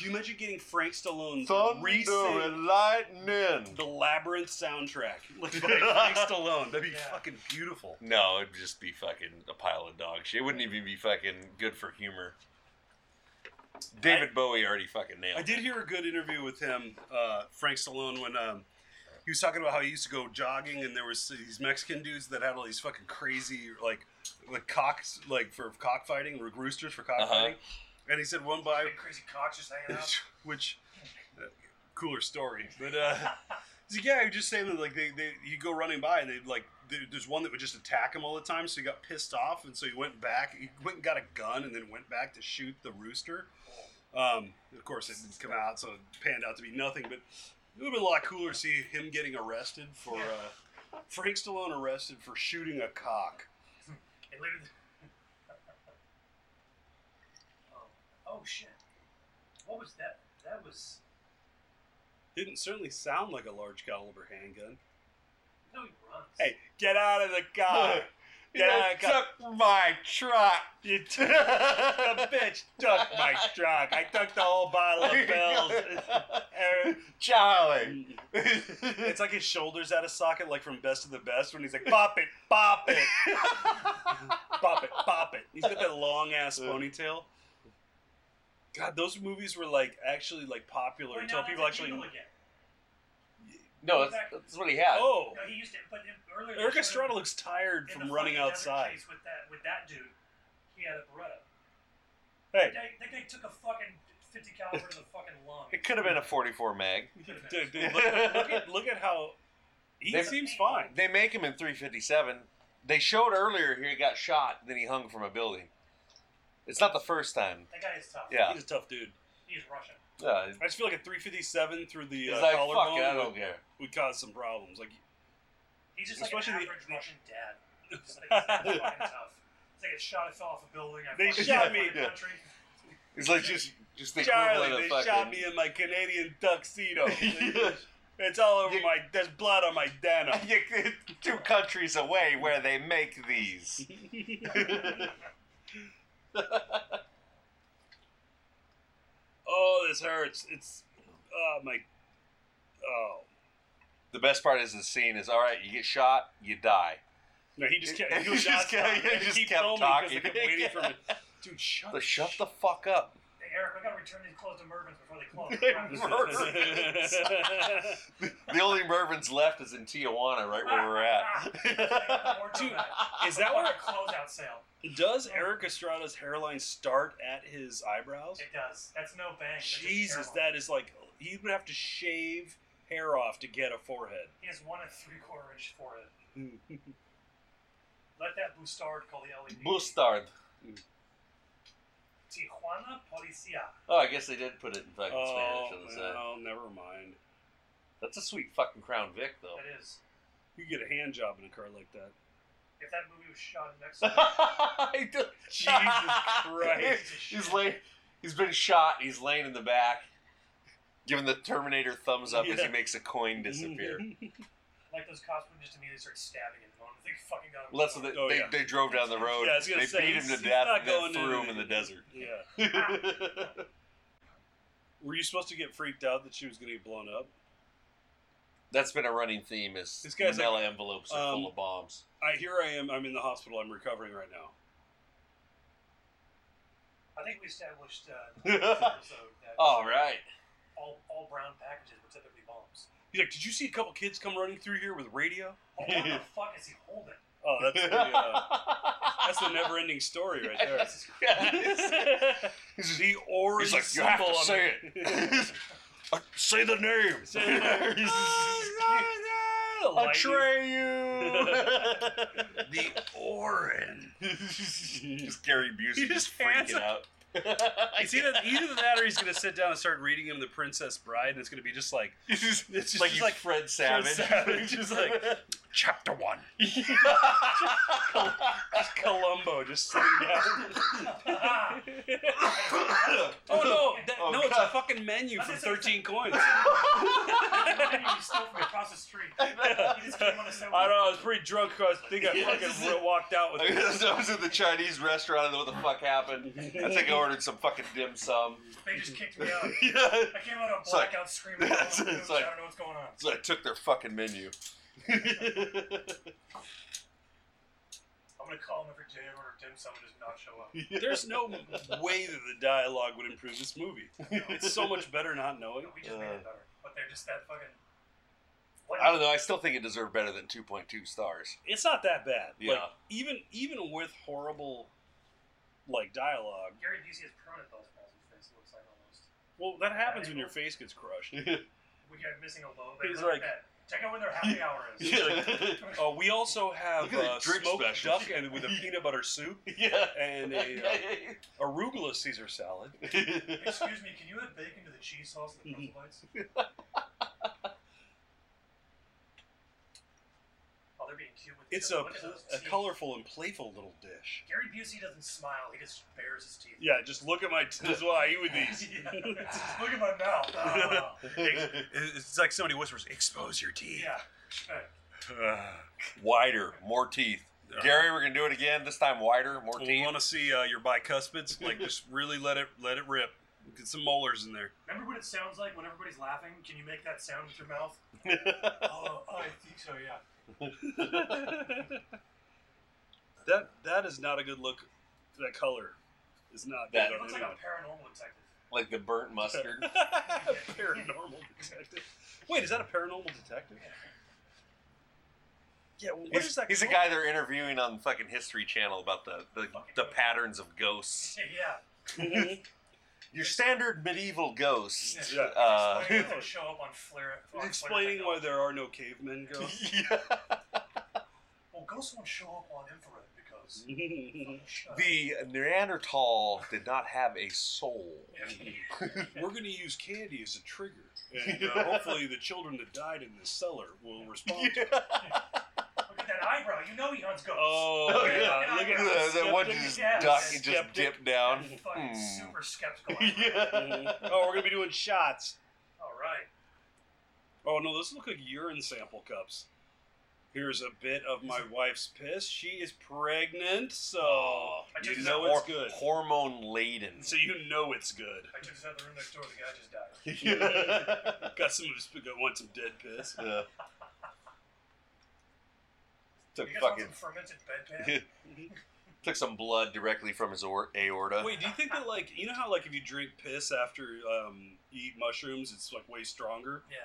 Speaker 1: you imagine getting Frank Stallone's
Speaker 2: thunder
Speaker 1: recent
Speaker 2: and lightning.
Speaker 1: The Labyrinth soundtrack? Like by Frank Stallone. That'd be
Speaker 3: Yeah.
Speaker 1: fucking beautiful.
Speaker 2: No, it'd just be fucking a pile of dog shit. It wouldn't even be fucking good for humor. David Bowie already fucking nailed.
Speaker 1: I did hear a good interview with him, uh, Frank Stallone, when um, he was talking about how he used to go jogging, and there was these Mexican dudes that had all these fucking crazy like like cocks like for cockfighting, like roosters for cockfighting. And he said one by
Speaker 3: Big crazy cocks just hanging out.
Speaker 1: which uh, cooler story, but uh, he's like, yeah, he was just saying that like they they you go running by and they like there- there's one that would just attack him all the time, so he got pissed off, and so he went back, he went and got a gun, and then went back to shoot the rooster. Um, of course, it didn't come out, so it panned out to be nothing. But it would have been a lot cooler to see him getting arrested for uh, Frank Stallone arrested for shooting a cock.
Speaker 3: And later. oh. oh shit! What was that? That was
Speaker 1: Didn't certainly sound like a large caliber handgun.
Speaker 3: no. He runs.
Speaker 1: Hey, get out of the car!
Speaker 2: You took my truck.
Speaker 1: You took the bitch took my truck. I took the whole bottle of pills.
Speaker 2: Charlie.
Speaker 1: it's like his shoulders out of socket, like from Best of the Best, when he's like, "Pop it, pop it, pop it, pop it." He's got that long ass ponytail. God, those movies were like actually like popular
Speaker 3: Wait,
Speaker 1: until
Speaker 3: no,
Speaker 1: people
Speaker 3: that's a
Speaker 1: actually.
Speaker 3: jingle again.
Speaker 2: no, that's, that's what he had.
Speaker 1: Oh,
Speaker 3: No, he used it, but in, earlier.
Speaker 1: Eric
Speaker 3: they showed
Speaker 1: Estrada
Speaker 3: him
Speaker 1: looks tired
Speaker 3: in
Speaker 1: from
Speaker 3: the
Speaker 1: running
Speaker 3: fucking desert
Speaker 1: outside.
Speaker 3: chase With that, with that dude, he had a Beretta.
Speaker 1: Hey,
Speaker 3: That guy, that guy took a fucking fifty caliber to the fucking lung.
Speaker 2: It could have been a 44 mag.
Speaker 1: dude, dude, look, look at, look at how he
Speaker 2: They-
Speaker 1: seems fine.
Speaker 2: They make him in 357. They showed earlier here he got shot, then he hung from a building. It's not the first time.
Speaker 3: That guy is tough.
Speaker 2: Yeah.
Speaker 1: He's a tough dude.
Speaker 3: He's Russian.
Speaker 2: Yeah, it's
Speaker 1: I just feel like a 357 through the uh,
Speaker 2: like, fuck it, I
Speaker 1: collarbone
Speaker 2: don't
Speaker 1: would,
Speaker 2: care.
Speaker 1: would cause some problems. Like,
Speaker 3: He's just like
Speaker 1: Especially
Speaker 3: an
Speaker 1: the-
Speaker 3: average Russian dad. Just like, he's not fucking tough. It's like a shot. I fell off a building. I
Speaker 1: They
Speaker 3: fucking
Speaker 1: shot
Speaker 3: left
Speaker 1: me.
Speaker 3: my
Speaker 2: Yeah.
Speaker 3: Country.
Speaker 2: It's like just, just the
Speaker 1: Charlie,
Speaker 2: equivalent
Speaker 1: they
Speaker 2: of fucking.
Speaker 1: shot me in my Canadian tuxedo.
Speaker 2: Yeah.
Speaker 1: it's all over
Speaker 2: You-
Speaker 1: my. There's blood on my denim.
Speaker 2: You- Two countries away where they make these.
Speaker 1: oh, this hurts. It's. Oh my. Oh.
Speaker 2: The best part is the scene is all right. You get shot, you die.
Speaker 1: No, he just kept.
Speaker 2: And
Speaker 1: He,
Speaker 2: he
Speaker 1: was just
Speaker 2: just kept- he
Speaker 1: kept,
Speaker 2: just
Speaker 1: kept
Speaker 2: kept
Speaker 1: talking.
Speaker 2: talking.
Speaker 1: They kept waiting for him. Dude, shut
Speaker 2: So shut the fuck up.
Speaker 3: Hey, Eric, I gotta return these clothes to Mervin's before they close.
Speaker 2: The only Mervin's left is in Tijuana, right where we're at.
Speaker 1: Dude,
Speaker 3: is
Speaker 1: is that where-
Speaker 3: closeout sale?
Speaker 1: Does Eric Estrada's hairline start at his eyebrows?
Speaker 3: It does. That's no bang. That's just
Speaker 1: Jesus,
Speaker 3: terrible.
Speaker 1: that is like he would have to shave hair off to get a forehead. Oh,
Speaker 3: He has one and three quarter inch forehead. Let that bustard call the LED.
Speaker 2: Bustard.
Speaker 3: Tijuana Policia.
Speaker 2: Oh, I guess they did put it in fucking
Speaker 1: oh,
Speaker 2: Spanish on the side.
Speaker 1: no, never mind.
Speaker 2: That's a sweet fucking Crown Vic, though.
Speaker 3: That is.
Speaker 1: You could get a hand job in a car like that.
Speaker 3: If that movie was shot in Mexico,
Speaker 2: I do-
Speaker 1: Jesus Christ.
Speaker 2: he's lay, he's been shot. He's laying in the back, giving the Terminator thumbs up as he
Speaker 1: Yeah.
Speaker 2: makes a coin disappear.
Speaker 3: like those cops would just immediately start stabbing him. Going, they fucking got him.
Speaker 2: well, that's what they,
Speaker 1: Oh,
Speaker 2: they,
Speaker 1: yeah.
Speaker 2: they drove down the road.
Speaker 1: Yeah, I was gonna
Speaker 2: they
Speaker 1: say,
Speaker 2: beat him
Speaker 1: he's-
Speaker 2: to
Speaker 1: he's
Speaker 2: death,
Speaker 1: not
Speaker 2: and then
Speaker 1: going
Speaker 2: threw
Speaker 1: into
Speaker 2: him in the
Speaker 1: the-
Speaker 2: desert.
Speaker 1: yeah. Were you supposed to get freaked out that she was going to get blown up?
Speaker 2: that's been a running theme. Is
Speaker 1: This guy's
Speaker 2: manila envelopes are
Speaker 1: um,
Speaker 2: full of bombs?
Speaker 1: I here I am. I'm in the hospital. I'm recovering right now.
Speaker 3: I think we established uh, in the last episode that
Speaker 1: Oh.
Speaker 2: All right.
Speaker 3: all, all brown packages were typically bombs.
Speaker 1: He's like, did you see a couple kids come running through here with radio?
Speaker 3: Oh, what the fuck is he holding?
Speaker 1: Oh, that's the, uh, that's the never-ending story right there.
Speaker 3: Jesus Christ.
Speaker 1: the orange
Speaker 2: He's like, you have to
Speaker 1: symbol on
Speaker 2: say
Speaker 1: the-
Speaker 2: it. Uh, say the name.
Speaker 1: Say the name. The lightning-
Speaker 2: Atreyu.
Speaker 1: The orange.
Speaker 2: just Gary Busey
Speaker 1: He
Speaker 2: just,
Speaker 1: just hands
Speaker 2: freaking out.
Speaker 1: It's either, either that or he's going to sit down and start reading him The Princess Bride, and it's going to be just like,
Speaker 2: It's just,
Speaker 1: It's just
Speaker 2: like, he's
Speaker 1: like
Speaker 2: Fred Savage.
Speaker 1: Savage, just like- Chapter one. Columbo just sitting down. oh no! That,
Speaker 2: Oh,
Speaker 1: no, it's a
Speaker 2: God.
Speaker 1: fucking menu for
Speaker 3: That's it.
Speaker 1: thirteen coins.
Speaker 3: you stole from across the street. You just came on a
Speaker 1: I don't know. I was pretty drunk. 'cause I think I
Speaker 2: Yeah,
Speaker 1: fucking
Speaker 2: this is it.
Speaker 1: walked out with.
Speaker 2: I was at the Chinese restaurant. I don't know what the fuck happened. I think I ordered some fucking dim sum.
Speaker 3: They just kicked me out.
Speaker 2: yeah.
Speaker 3: I came out of
Speaker 2: It's like-
Speaker 3: blackout screaming.
Speaker 2: It's-
Speaker 3: "Oh,
Speaker 2: it's
Speaker 3: dude,
Speaker 2: like-
Speaker 3: I don't know what's going on.
Speaker 2: So I took their fucking menu.
Speaker 3: I'm gonna call him every day and order dim sum and just not show up.
Speaker 1: There's no way that the dialogue would improve this movie. It's so much better not knowing.
Speaker 3: We just made it better, but they're just that fucking. What?
Speaker 2: I don't know. I still think it deserved better than 2.2 stars.
Speaker 1: It's not that bad. Like
Speaker 2: Yeah.
Speaker 1: even even with horrible like dialogue,
Speaker 3: Gary Busey has permanent those balls in his face. It looks like almost.
Speaker 1: well that happens when your face gets crushed.
Speaker 3: We got missing a low. They
Speaker 1: He's
Speaker 3: look
Speaker 1: like-
Speaker 3: at that. Check out where their happy hour is.
Speaker 1: Uh, we also have
Speaker 2: Look at the
Speaker 1: uh,
Speaker 2: drink
Speaker 1: smoked
Speaker 2: specials.
Speaker 1: duck and with a peanut butter soup
Speaker 2: yeah.
Speaker 1: and a uh, arugula Caesar salad.
Speaker 3: Excuse me, can you add bacon to the cheese sauce and the pretzel bites? oh, they're being cute with each
Speaker 1: It's a,
Speaker 3: other. Look at those
Speaker 1: a
Speaker 3: teeth.
Speaker 1: colorful and playful little dish.
Speaker 3: Gary Busey doesn't smile. He just bares his teeth.
Speaker 1: Yeah, just look at my. T- this is why I eat with these.
Speaker 3: Yeah. Look at my mouth. Ah.
Speaker 1: It's like somebody whispers, "Expose your teeth."
Speaker 3: yeah.
Speaker 2: wider, more teeth. Gary, we're gonna do it again. This time wider, more
Speaker 1: We
Speaker 2: teeth.
Speaker 1: want to see uh, your bicuspids. Like, just really let it let it rip. Get some molars in there.
Speaker 3: Remember what it sounds like when everybody's laughing? Can you make that sound with your mouth? oh, I think so. Yeah.
Speaker 1: that that is not a good look. That color is not
Speaker 2: That-
Speaker 1: good
Speaker 3: It
Speaker 1: on
Speaker 3: looks like
Speaker 1: anyone.
Speaker 3: a paranormal detective.
Speaker 2: like the burnt mustard.
Speaker 1: paranormal detective. Wait, is that a paranormal detective? Yeah, well, what
Speaker 2: he's,
Speaker 1: is that?
Speaker 2: he's a
Speaker 1: called?
Speaker 2: guy they're interviewing on fucking History Channel about the, the, the patterns of ghosts.
Speaker 3: Yeah.
Speaker 1: Mhm.
Speaker 2: Your standard medieval
Speaker 3: yeah.
Speaker 2: ghost.
Speaker 1: Yeah.
Speaker 2: Uh,
Speaker 3: Explain why they show up on Flare.
Speaker 1: He's
Speaker 3: on Flare
Speaker 1: explaining why
Speaker 3: technology.
Speaker 1: there are no cavemen ghosts.
Speaker 3: Well, ghosts won't show up on infrared because.
Speaker 1: We're
Speaker 2: Mm-hmm. The Neanderthal did not have a soul.
Speaker 1: gonna use candy as a trigger, and uh, hopefully the children that died in this cellar will respond. to it.
Speaker 3: Look at that eyebrow. You know he hunts ghosts.
Speaker 1: Oh,
Speaker 2: Oh,
Speaker 1: yeah.
Speaker 3: yeah.
Speaker 1: look at
Speaker 2: that, that one
Speaker 1: skeptic.
Speaker 2: just
Speaker 3: Yes.
Speaker 2: duck and just
Speaker 1: Skeptic.
Speaker 2: dipped down.
Speaker 3: Fucking
Speaker 2: Hmm.
Speaker 3: super skeptical.
Speaker 2: Yeah.
Speaker 1: oh, we're gonna be doing shots.
Speaker 3: All right.
Speaker 1: Oh no, those look like urine sample cups. Here's a bit of my wife's piss. She is pregnant, so
Speaker 3: I
Speaker 1: you
Speaker 3: just-
Speaker 1: know
Speaker 2: Hor-
Speaker 1: it's good.
Speaker 2: Hormone laden.
Speaker 1: So you know it's good.
Speaker 3: I took this out of the room next door. The guy just died.
Speaker 1: Got some of his. I want some dead piss.
Speaker 2: Yeah. took
Speaker 3: You guys
Speaker 2: fucking
Speaker 3: want some fermented bedpan?
Speaker 2: took some blood directly from his or- aorta.
Speaker 1: Wait, do you think that like you know how like if you drink piss after um, you eat mushrooms, it's like way stronger?
Speaker 3: yeah.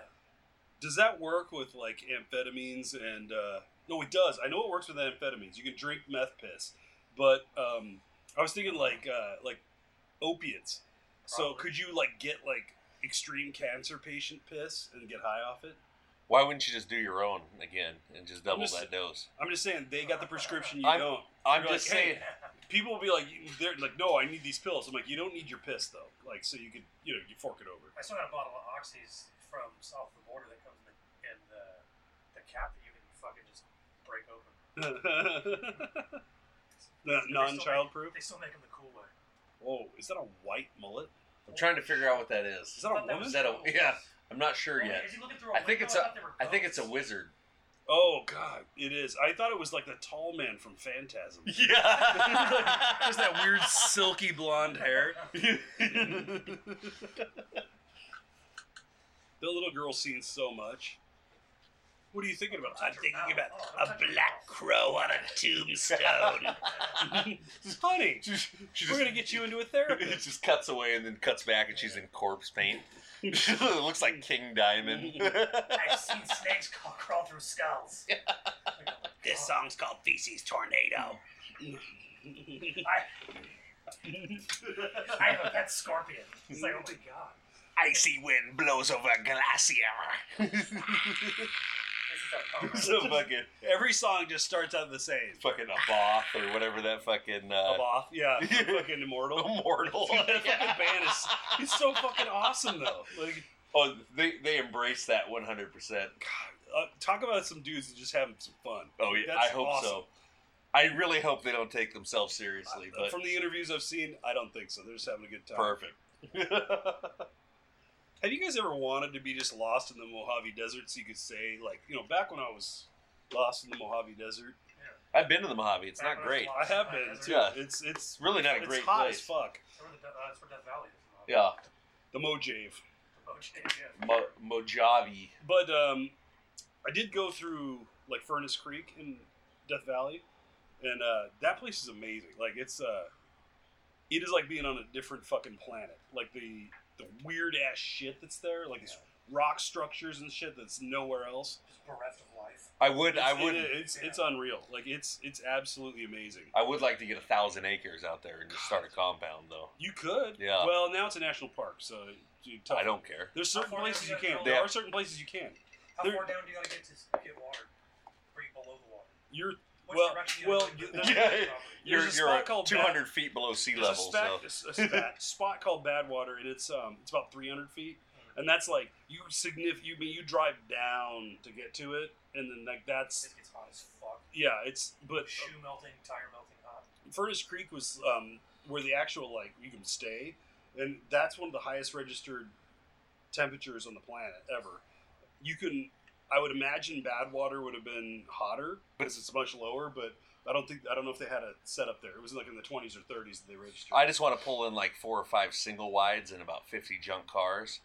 Speaker 1: Does that work with like amphetamines and uh, no? It does. I know it works with amphetamines. You can drink meth piss, but um, I was thinking like uh, like opiates. So
Speaker 3: Probably.
Speaker 1: could you like get like extreme cancer patient piss and get high off it?
Speaker 2: Why wouldn't you just do your own again and just double
Speaker 1: just-
Speaker 2: that dose?
Speaker 1: I'm just saying they got the prescription. You
Speaker 2: I'm-
Speaker 1: don't.
Speaker 2: I'm
Speaker 1: You're
Speaker 2: just
Speaker 1: like, hey,
Speaker 2: saying.
Speaker 1: People will be like, they're like, no, I need these pills. I'm like, you don't need your piss though. Like, so you could, you know, you fork it over.
Speaker 3: I still got a bottle of Oxy's from south of the border that comes in the, in the, the cap that you can fucking just break open.
Speaker 1: non child proof.
Speaker 3: They still make them the cool way.
Speaker 1: Whoa, is that a white mullet?
Speaker 2: I'm trying to figure out what that is.
Speaker 1: Is that a
Speaker 3: Thought that
Speaker 1: woman?
Speaker 3: was-
Speaker 2: Is that a? Yeah, I'm not sure
Speaker 3: Oh,
Speaker 2: yet.
Speaker 3: Is he looking through a
Speaker 2: I think
Speaker 3: window?
Speaker 2: it's
Speaker 3: thought they were
Speaker 2: I think it's a
Speaker 3: ghosts.
Speaker 2: wizard.
Speaker 1: Oh god, it is. I thought it was like the tall man from Phantasm.
Speaker 2: Yeah.
Speaker 1: Just that weird silky blonde hair. The little girl's seen so much. What are you thinking about?
Speaker 3: I'm thinking about a black
Speaker 1: crow on a tombstone. Honey,
Speaker 2: she just, she
Speaker 1: we're
Speaker 2: just,
Speaker 1: gonna get you into a therapy.
Speaker 2: it just cuts away and then cuts back, and she's in corpse paint. it looks like King Diamond.
Speaker 3: I've seen snakes crawl, crawl through skulls. Oh, this
Speaker 1: song's called Feces Tornado.
Speaker 3: I have a pet scorpion. It's like, oh my god.
Speaker 2: Icy wind blows over glacier.
Speaker 3: This is a oh, bummer.
Speaker 2: so fucking
Speaker 1: Every song just starts out the same.
Speaker 2: fucking a both or whatever that fucking uh,
Speaker 1: Of off, yeah, fucking immortal.
Speaker 2: immortal.
Speaker 1: Dude, that fucking band is it's so fucking awesome though. Like
Speaker 2: oh, they they embrace that one hundred percent.
Speaker 1: God, uh, talk about some dudes that just having some fun.
Speaker 2: Oh yeah,
Speaker 1: That's
Speaker 2: I hope so.
Speaker 1: awesome.
Speaker 2: I really hope they don't take themselves seriously,
Speaker 1: Uh,
Speaker 2: but
Speaker 1: From the interviews I've seen, I don't think so. They're just having a good time.
Speaker 2: perfect.
Speaker 1: Have you guys ever wanted to be just lost in the Mojave Desert so you could say, like, you know, back when I was lost in the Mojave Desert,
Speaker 2: I've been to the Mojave. It's not great.
Speaker 1: I have been. Too.
Speaker 2: Yeah.
Speaker 1: It's it's
Speaker 2: It's really not a
Speaker 1: it's
Speaker 2: great
Speaker 1: hot
Speaker 2: place.
Speaker 1: as fuck.
Speaker 3: That's where, the, uh, that's where Death Valley is from.
Speaker 2: Yeah,
Speaker 1: The Mojave.
Speaker 3: Okay, yeah.
Speaker 2: Mo- Mojave.
Speaker 1: But um, I did go through like Furnace Creek in Death Valley, and uh, that place is amazing. Like it's uh, it is like being on a different fucking planet. Like the the weird ass shit that's there, like these rock structures and shit that's nowhere else.
Speaker 3: Just bereft of life.
Speaker 2: I would. I
Speaker 1: It's- it-
Speaker 2: would.
Speaker 1: it's it's unreal. Like it's it's absolutely amazing.
Speaker 2: I would like to get a thousand acres out there and just start a compound, though.
Speaker 1: You could.
Speaker 2: Yeah.
Speaker 1: Well, now it's a national park, so you tough.
Speaker 2: I don't care.
Speaker 1: There's certain
Speaker 3: How far
Speaker 1: places you
Speaker 3: down do you
Speaker 1: can.
Speaker 3: gotta
Speaker 1: There
Speaker 2: go?
Speaker 1: are certain places you can.
Speaker 3: How
Speaker 1: There-
Speaker 3: far down do you gotta get to s- get water? Are you below the water?
Speaker 1: You're
Speaker 3: Which
Speaker 1: Well,
Speaker 3: direction
Speaker 1: well,
Speaker 3: you
Speaker 1: you-
Speaker 3: gotta go?
Speaker 2: Yeah.
Speaker 3: Property.
Speaker 2: You're,
Speaker 1: There's a
Speaker 2: you're
Speaker 1: spot
Speaker 2: at
Speaker 1: called
Speaker 2: 200 feet below sea
Speaker 1: There's
Speaker 2: level,
Speaker 1: a, spat,
Speaker 2: so
Speaker 1: a spat- spot called Badwater, and it's um it's about 300 feet, and that's like you signif you mean you drive down to get to it, and then like that's
Speaker 3: This gets hot as fuck.
Speaker 1: yeah it's but uh,
Speaker 3: Shoe melting, tire melting hot.
Speaker 1: Furnace Creek was um where the actual like you can stay, and that's one of the highest registered temperatures on the planet ever. You can I would imagine Badwater would have been hotter because it's much lower, but I don't think I don't know if they had a setup there. It was like in the 20s or 30s that they registered.
Speaker 2: I just want to pull in like four or five single wides and about 50 junk cars,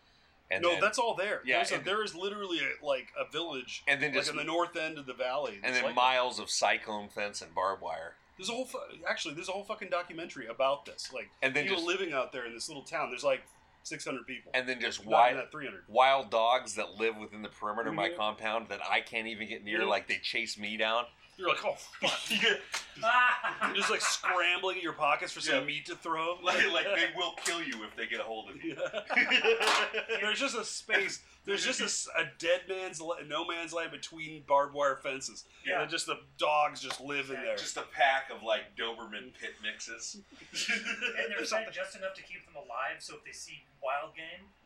Speaker 2: and
Speaker 1: no,
Speaker 2: then,
Speaker 1: that's all there.
Speaker 2: Yeah,
Speaker 1: There's a-
Speaker 2: and-
Speaker 1: there is literally a, like a village,
Speaker 2: and then
Speaker 1: like
Speaker 2: just
Speaker 1: in the north end of the valley.
Speaker 2: and
Speaker 1: that's
Speaker 2: then
Speaker 1: like-
Speaker 2: miles of cyclone fence and barbed wire,
Speaker 1: there's a whole fu- actually there's a whole fucking documentary about this. Like
Speaker 2: and then
Speaker 1: people
Speaker 2: just
Speaker 1: living out there in this little town. There's like 600 people.
Speaker 2: and then just
Speaker 1: Not even
Speaker 2: wide
Speaker 1: that 300.
Speaker 2: wild dogs that live within the perimeter of my
Speaker 1: Mhm.
Speaker 2: compound that I can't even get near.
Speaker 1: Mhm.
Speaker 2: Like they chase me down.
Speaker 1: You're like, oh fuck! You're just like scrambling in your pockets for some
Speaker 2: Yeah.
Speaker 1: meat to throw.
Speaker 2: will kill you if they get a hold of
Speaker 1: there's just a space. There's just a s- a, dead man's la- no man's land between barbed wire fences.
Speaker 3: Yeah.
Speaker 1: And just the dogs just live in there.
Speaker 2: a pack of like Doberman pit mixes.
Speaker 3: And they're fed just enough to keep them alive, so if they see wild game,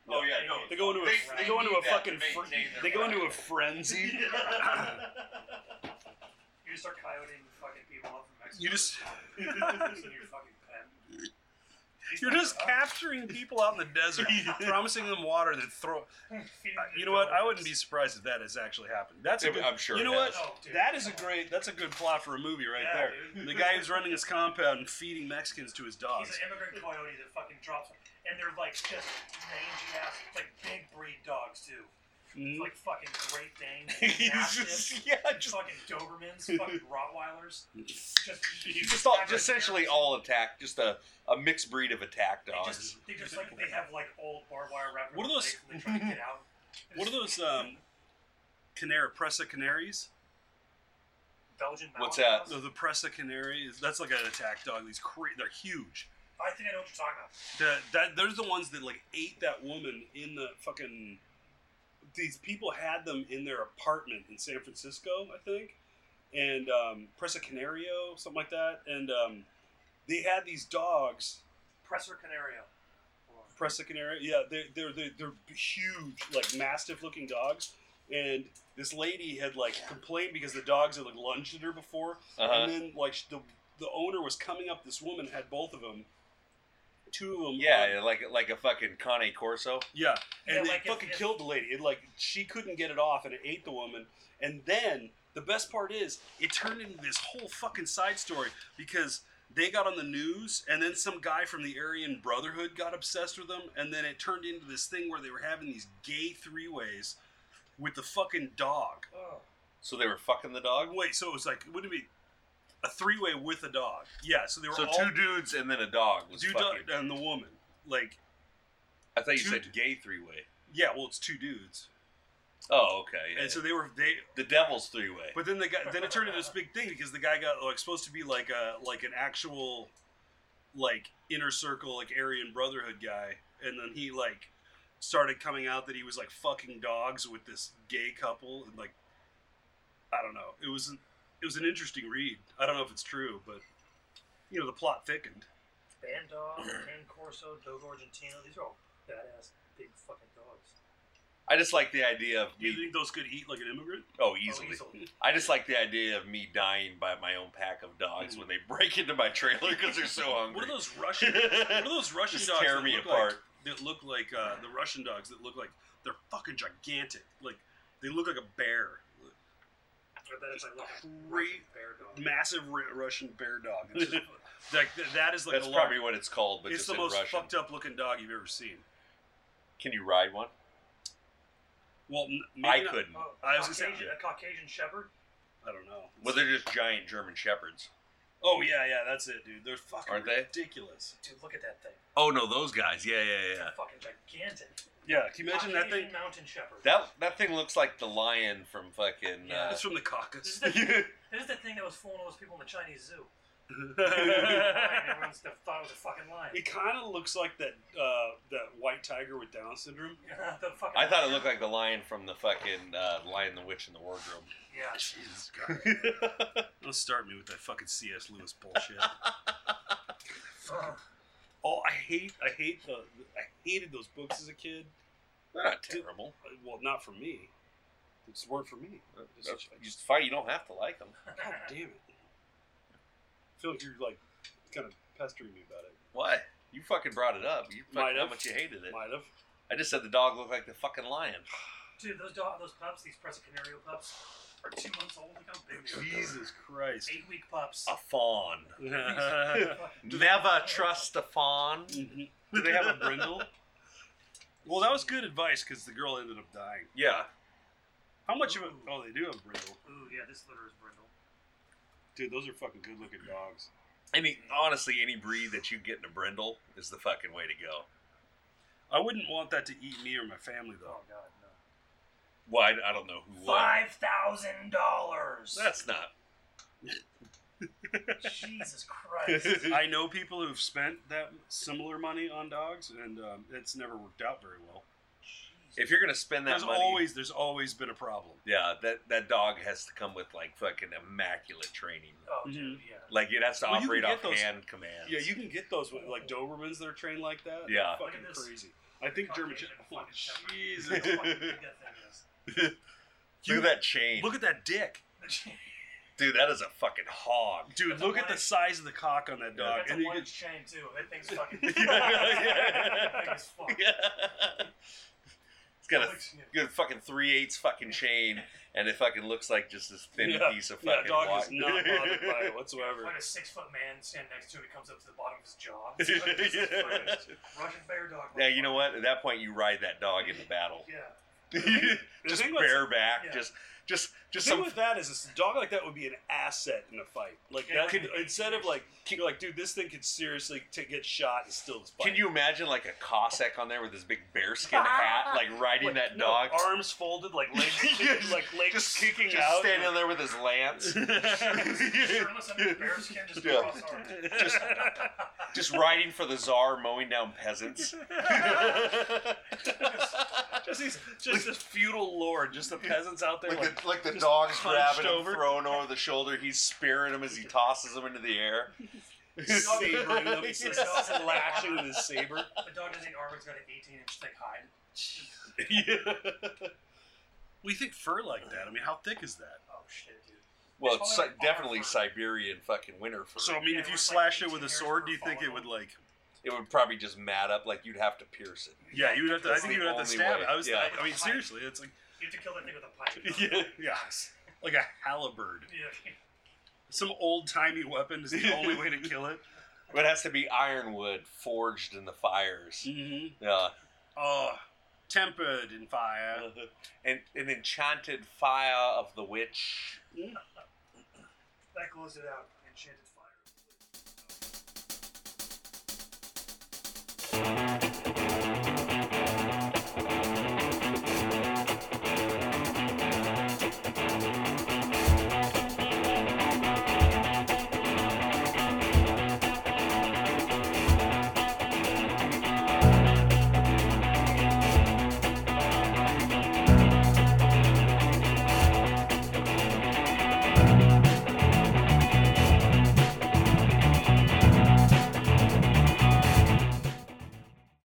Speaker 2: Oh, yeah,
Speaker 3: they
Speaker 2: no,
Speaker 1: they go into a
Speaker 2: They-
Speaker 1: they
Speaker 2: they
Speaker 1: go into
Speaker 2: need
Speaker 1: a
Speaker 2: that to
Speaker 1: fucking fr-
Speaker 2: maintain their
Speaker 1: they go into a
Speaker 2: diet.
Speaker 1: frenzy.
Speaker 3: You just start coyoting fucking people up from Mexico.
Speaker 1: You just-
Speaker 3: in your fucking pen.
Speaker 1: You're just capturing people out in the desert, promising them water, and then throw. Uh, You know what? I wouldn't be surprised if that has actually happened. That's a
Speaker 2: It-
Speaker 1: good,
Speaker 2: I'm sure
Speaker 1: You
Speaker 2: it
Speaker 1: know
Speaker 2: has.
Speaker 1: what? That is a great. That's a good plot for a movie right
Speaker 3: Oh, Yeah,
Speaker 1: there.
Speaker 3: dude.
Speaker 1: The guy who's running his compound and feeding Mexicans to his dogs.
Speaker 3: He's an immigrant coyote that fucking drops, and they're like just mangy ass, like big breed dogs too,
Speaker 1: Mm.
Speaker 3: like fucking Great Danes,
Speaker 2: Mm-hmm. He's
Speaker 3: mastiffs,
Speaker 2: just, yeah, just,
Speaker 3: fucking Dobermans, fucking Rottweilers, just
Speaker 2: just, all, just essentially all attack, just a, a mixed breed of attack
Speaker 3: They
Speaker 2: dogs.
Speaker 3: just, they just like they have like old barbed wire wrapped.
Speaker 1: What are
Speaker 3: around
Speaker 1: those-
Speaker 3: their neck when they try to get out.
Speaker 1: What are those um, Canara Pressa canaries?
Speaker 3: Belgian
Speaker 2: What's
Speaker 3: Malinois?
Speaker 1: The, the Pressa canary is that's like an attack dog. These cra- they're huge.
Speaker 3: I think I know what you're talking about.
Speaker 1: The, that there's the ones that like ate that woman in the fucking. These people had them in their apartment in San Francisco, I think, and um, Presa Canario, something like that, and um, they had these dogs
Speaker 3: Presser Canario. Hold on.
Speaker 1: Presican area. Yeah, they're they're they're, they're huge, like mastiff looking dogs. And this lady had like complained because the dogs had like lunged at her before,
Speaker 2: Uh-huh.
Speaker 1: and then like sh- the the owner was coming up. This woman had both of them, two of them. on-
Speaker 2: Yeah, like like a fucking Connie Corso.
Speaker 1: yeah,
Speaker 3: Yeah,
Speaker 1: and it
Speaker 3: like, if-
Speaker 1: fucking
Speaker 3: if-
Speaker 1: killed the lady. It like she couldn't get it off, and it ate the woman. And then the best part is, it turned into this whole fucking side story because they got on the news, and then some guy from the Aryan Brotherhood got obsessed with them, and then it turned into this thing where they were having these gay three ways with the fucking dog.
Speaker 3: Oh.
Speaker 2: So they were fucking the dog.
Speaker 1: Wait, so it was like wouldn't it be a three way with a dog? Yeah, so they were
Speaker 2: So
Speaker 1: all
Speaker 2: two dudes and then a dog was
Speaker 1: dude
Speaker 2: fucking.
Speaker 1: and the woman. Like,
Speaker 2: I thought you
Speaker 1: two-
Speaker 2: said gay three way.
Speaker 1: yeah, well, it's two dudes,
Speaker 2: Oh, okay. yeah.
Speaker 1: and so they were they
Speaker 2: the devil's three way.
Speaker 1: But then the guy, then it turned into this big thing because the guy got like supposed to be like a like an actual, like inner circle like Aryan Brotherhood guy, and then he like started coming out that he was like fucking dogs with this gay couple, and like I don't know, it was an, it was an interesting read. I don't know if it's true, but you know the plot thickened.
Speaker 3: Bandog, Pan Corso, Dogo Argentino. These are all badass big fucking dogs.
Speaker 2: I just like the idea of
Speaker 1: Do you
Speaker 2: me.
Speaker 1: think those could eat like an immigrant?
Speaker 2: Oh,
Speaker 3: Oh,
Speaker 2: easily. I just like the idea of me dying by my own pack of dogs when they break into my trailer because they're so hungry.
Speaker 1: Mm. What are those Russian? what are those Russian
Speaker 2: Just
Speaker 1: dogs
Speaker 2: tear
Speaker 1: that
Speaker 2: me
Speaker 1: look
Speaker 2: apart.
Speaker 1: like that look like uh, the Russian dogs that look like they're fucking gigantic. Like they look like a bear,
Speaker 3: I bet if I look at
Speaker 1: Great.
Speaker 3: bear dog.
Speaker 1: massive r- Russian bear dog. It's just, like th- that is like
Speaker 2: That's
Speaker 1: the lar-
Speaker 2: probably what it's called, but
Speaker 1: it's
Speaker 2: just
Speaker 1: the
Speaker 2: in
Speaker 1: most
Speaker 2: Russian.
Speaker 1: fucked up looking dog you've ever seen.
Speaker 2: Can you ride one?
Speaker 1: Well, n- maybe
Speaker 2: I
Speaker 1: not-
Speaker 2: couldn't.
Speaker 3: Oh,
Speaker 1: I
Speaker 3: I
Speaker 1: was
Speaker 3: was
Speaker 1: gonna say-
Speaker 3: Caucasian, a Caucasian shepherd.
Speaker 1: I don't know.
Speaker 2: Well, they're just giant German shepherds.
Speaker 1: oh yeah, yeah, that's it, dude. They're fucking
Speaker 2: Aren't they?
Speaker 1: ridiculous.
Speaker 3: Dude, look at that thing.
Speaker 2: Oh no, those guys. Yeah, yeah,
Speaker 3: They're fucking gigantic.
Speaker 1: Yeah, can you imagine that
Speaker 3: Caucasian
Speaker 1: thing?
Speaker 3: Mountain shepherd.
Speaker 2: That that thing looks like the lion from fucking.
Speaker 3: Yeah.
Speaker 2: Uh,
Speaker 1: It's from the
Speaker 3: this,
Speaker 1: caucus.
Speaker 3: is the, this is the thing that was fooling all those people in the Chinese zoo. Lion,
Speaker 1: it
Speaker 3: Everyone's the- thought it was a fucking lion.
Speaker 1: kind of looks like that uh, that white tiger with Down syndrome.
Speaker 3: the fucking
Speaker 2: I thought it looked like the lion from the fucking uh, Lion, the Witch, and the Wardrobe.
Speaker 3: Yeah.
Speaker 1: Jesus God. Don't start me with that fucking C.S. Lewis bullshit. oh, I hate, I hate the, I hated those books as a kid.
Speaker 2: They're not terrible.
Speaker 1: Well, not for me. They just weren't for me. Just-
Speaker 2: That's- you Just fine. You don't have to like them.
Speaker 1: God damn it! I feel like you're like kind of pestering me about it.
Speaker 2: Why? You fucking brought it up. You
Speaker 1: Might
Speaker 2: fucking how
Speaker 1: have.
Speaker 2: much you hated it.
Speaker 1: Might have.
Speaker 2: I just said the dog looked like the fucking lion.
Speaker 3: Dude, those dog, those pups, these Presa Canario pups, are two months old. Look how big they are.
Speaker 1: Jesus Christ.
Speaker 3: Eight week pups.
Speaker 2: A fawn.
Speaker 1: Mhm.
Speaker 2: Never trust a fawn.
Speaker 1: Do they have a brindle? Well, that was good advice because the girl ended up dying.
Speaker 2: Yeah.
Speaker 1: How much of it?
Speaker 3: Ooh.
Speaker 1: Oh, they do have a brindle.
Speaker 3: Ooh, yeah, this litter is brindle.
Speaker 1: Dude, those are fucking good looking dogs.
Speaker 2: Any honestly, any breed that you get in a brindle is the fucking way to go.
Speaker 1: I wouldn't want that to eat me or my family though.
Speaker 3: Oh, God, no.
Speaker 2: Well, I, I don't know who. would.
Speaker 3: Five thousand dollars.
Speaker 2: That's not.
Speaker 3: Jesus Christ.
Speaker 1: I know people who've spent that similar money on dogs, and um, it's never worked out very well.
Speaker 2: if you're gonna spend that
Speaker 1: There's
Speaker 2: money,
Speaker 1: always there's always been a problem.
Speaker 2: yeah, that that dog has to come with like fucking immaculate training.
Speaker 3: oh,
Speaker 1: Mm-hmm.
Speaker 3: dude, yeah.
Speaker 2: Like it has to
Speaker 1: Well, you
Speaker 2: operate
Speaker 1: can
Speaker 2: off
Speaker 1: get those-
Speaker 2: hand commands.
Speaker 1: Yeah, you can get those with like Dobermans that are trained like that.
Speaker 2: Yeah.
Speaker 1: They're fucking
Speaker 3: Look at this.
Speaker 1: crazy. I think German.
Speaker 3: Caucasian
Speaker 1: Shep-
Speaker 3: fucking shepherd.
Speaker 1: Jesus.
Speaker 2: "Oh,
Speaker 3: Look how fucking big that thing is.
Speaker 2: Look at that chain,
Speaker 1: Look at that dick.
Speaker 2: dude. That is a fucking hog.
Speaker 1: Dude,
Speaker 3: That's a
Speaker 1: look at the
Speaker 3: blank-
Speaker 1: size of the cock on that dog.
Speaker 3: That's
Speaker 1: and
Speaker 3: a
Speaker 1: you
Speaker 3: one
Speaker 1: can-
Speaker 3: inch chain too. That thing's fucking.
Speaker 2: Yeah, yeah.
Speaker 3: that thing is fucked.
Speaker 2: it's got a
Speaker 3: Looks- yeah.
Speaker 2: good fucking three eighths fucking chain, and it fucking looks like just this thin
Speaker 1: Yeah.
Speaker 2: piece of
Speaker 1: that
Speaker 2: fucking.
Speaker 1: dog
Speaker 2: wa-
Speaker 1: is not bothered by it whatsoever.
Speaker 3: When a six foot man stands next to him, it comes up to the bottom of his jaw. It's like, this is
Speaker 2: yeah.
Speaker 3: fucking Russian bear dog.
Speaker 2: Yeah, you know what? At that point, you ride that dog into battle,
Speaker 3: Yeah.
Speaker 1: The
Speaker 2: just
Speaker 1: thing with-
Speaker 2: bareback,
Speaker 3: yeah.
Speaker 2: just just
Speaker 1: The
Speaker 2: just
Speaker 1: thing
Speaker 2: some
Speaker 1: with that is, is a dog like that would be an asset in a fight. Like
Speaker 3: Yeah,
Speaker 1: that
Speaker 3: like-
Speaker 1: could instead of like you're like, dude, this thing could seriously t- get shot and still fight.
Speaker 2: Can you imagin like a Cossack on there with his big bearskin hat, like riding
Speaker 1: Like,
Speaker 2: that
Speaker 1: no,
Speaker 2: dog,
Speaker 1: arms folded, like legs, kicking, like legs
Speaker 2: just
Speaker 1: kicking
Speaker 2: just
Speaker 1: out,
Speaker 2: standing there with his lance,
Speaker 3: Shirtless under bear skin, just
Speaker 2: Yeah.
Speaker 3: across arms.
Speaker 1: Just-
Speaker 2: just riding for the czar, mowing down peasants. like
Speaker 1: just these, just this feudal lord, just the peasants out there. Like,
Speaker 2: the, like the
Speaker 1: just
Speaker 2: dog's
Speaker 1: hunched
Speaker 2: grabbing him,
Speaker 1: over.
Speaker 2: throwing over the shoulder. He's spearing him as he tosses him into the air.
Speaker 1: sabering them,
Speaker 2: Yeah.
Speaker 1: just lashing with his saber.
Speaker 3: uh, The dog doesn't armor. It's got an 18 inch thick hide.
Speaker 1: We think fur like that. I mean, how thick is that?
Speaker 3: Oh shit, dude.
Speaker 2: Well,
Speaker 3: It's
Speaker 2: it's
Speaker 3: probably
Speaker 2: si- definitely
Speaker 3: armor.
Speaker 2: Siberian fucking winter fur.
Speaker 1: So I mean,
Speaker 3: Yeah,
Speaker 1: if you
Speaker 3: it's like
Speaker 1: slashed it
Speaker 3: 18
Speaker 1: with a
Speaker 3: hairs
Speaker 1: sword,
Speaker 3: per
Speaker 1: do you think it
Speaker 3: follicle.
Speaker 1: would like?
Speaker 2: it would probably just mat up. Like you'd have to pierce it.
Speaker 1: Yeah, you would have to. I
Speaker 2: That's
Speaker 1: think
Speaker 2: the
Speaker 1: you would have to
Speaker 2: only
Speaker 1: stab
Speaker 2: way.
Speaker 1: it. I was.
Speaker 2: Yeah.
Speaker 1: I, I mean, seriously, it's like
Speaker 3: You have to kill that thing with a pipe.
Speaker 1: yeah, like a halberd.
Speaker 3: Yeah.
Speaker 1: Some old timey weapon is the only way to kill it.
Speaker 2: But it has to be ironwood forged in the fires. Uh,
Speaker 1: Mm-hmm.
Speaker 2: Yeah.
Speaker 1: Oh, tempered in fire.
Speaker 2: And an enchanted fire of the witch.
Speaker 3: That closed it out. Enchanted fire.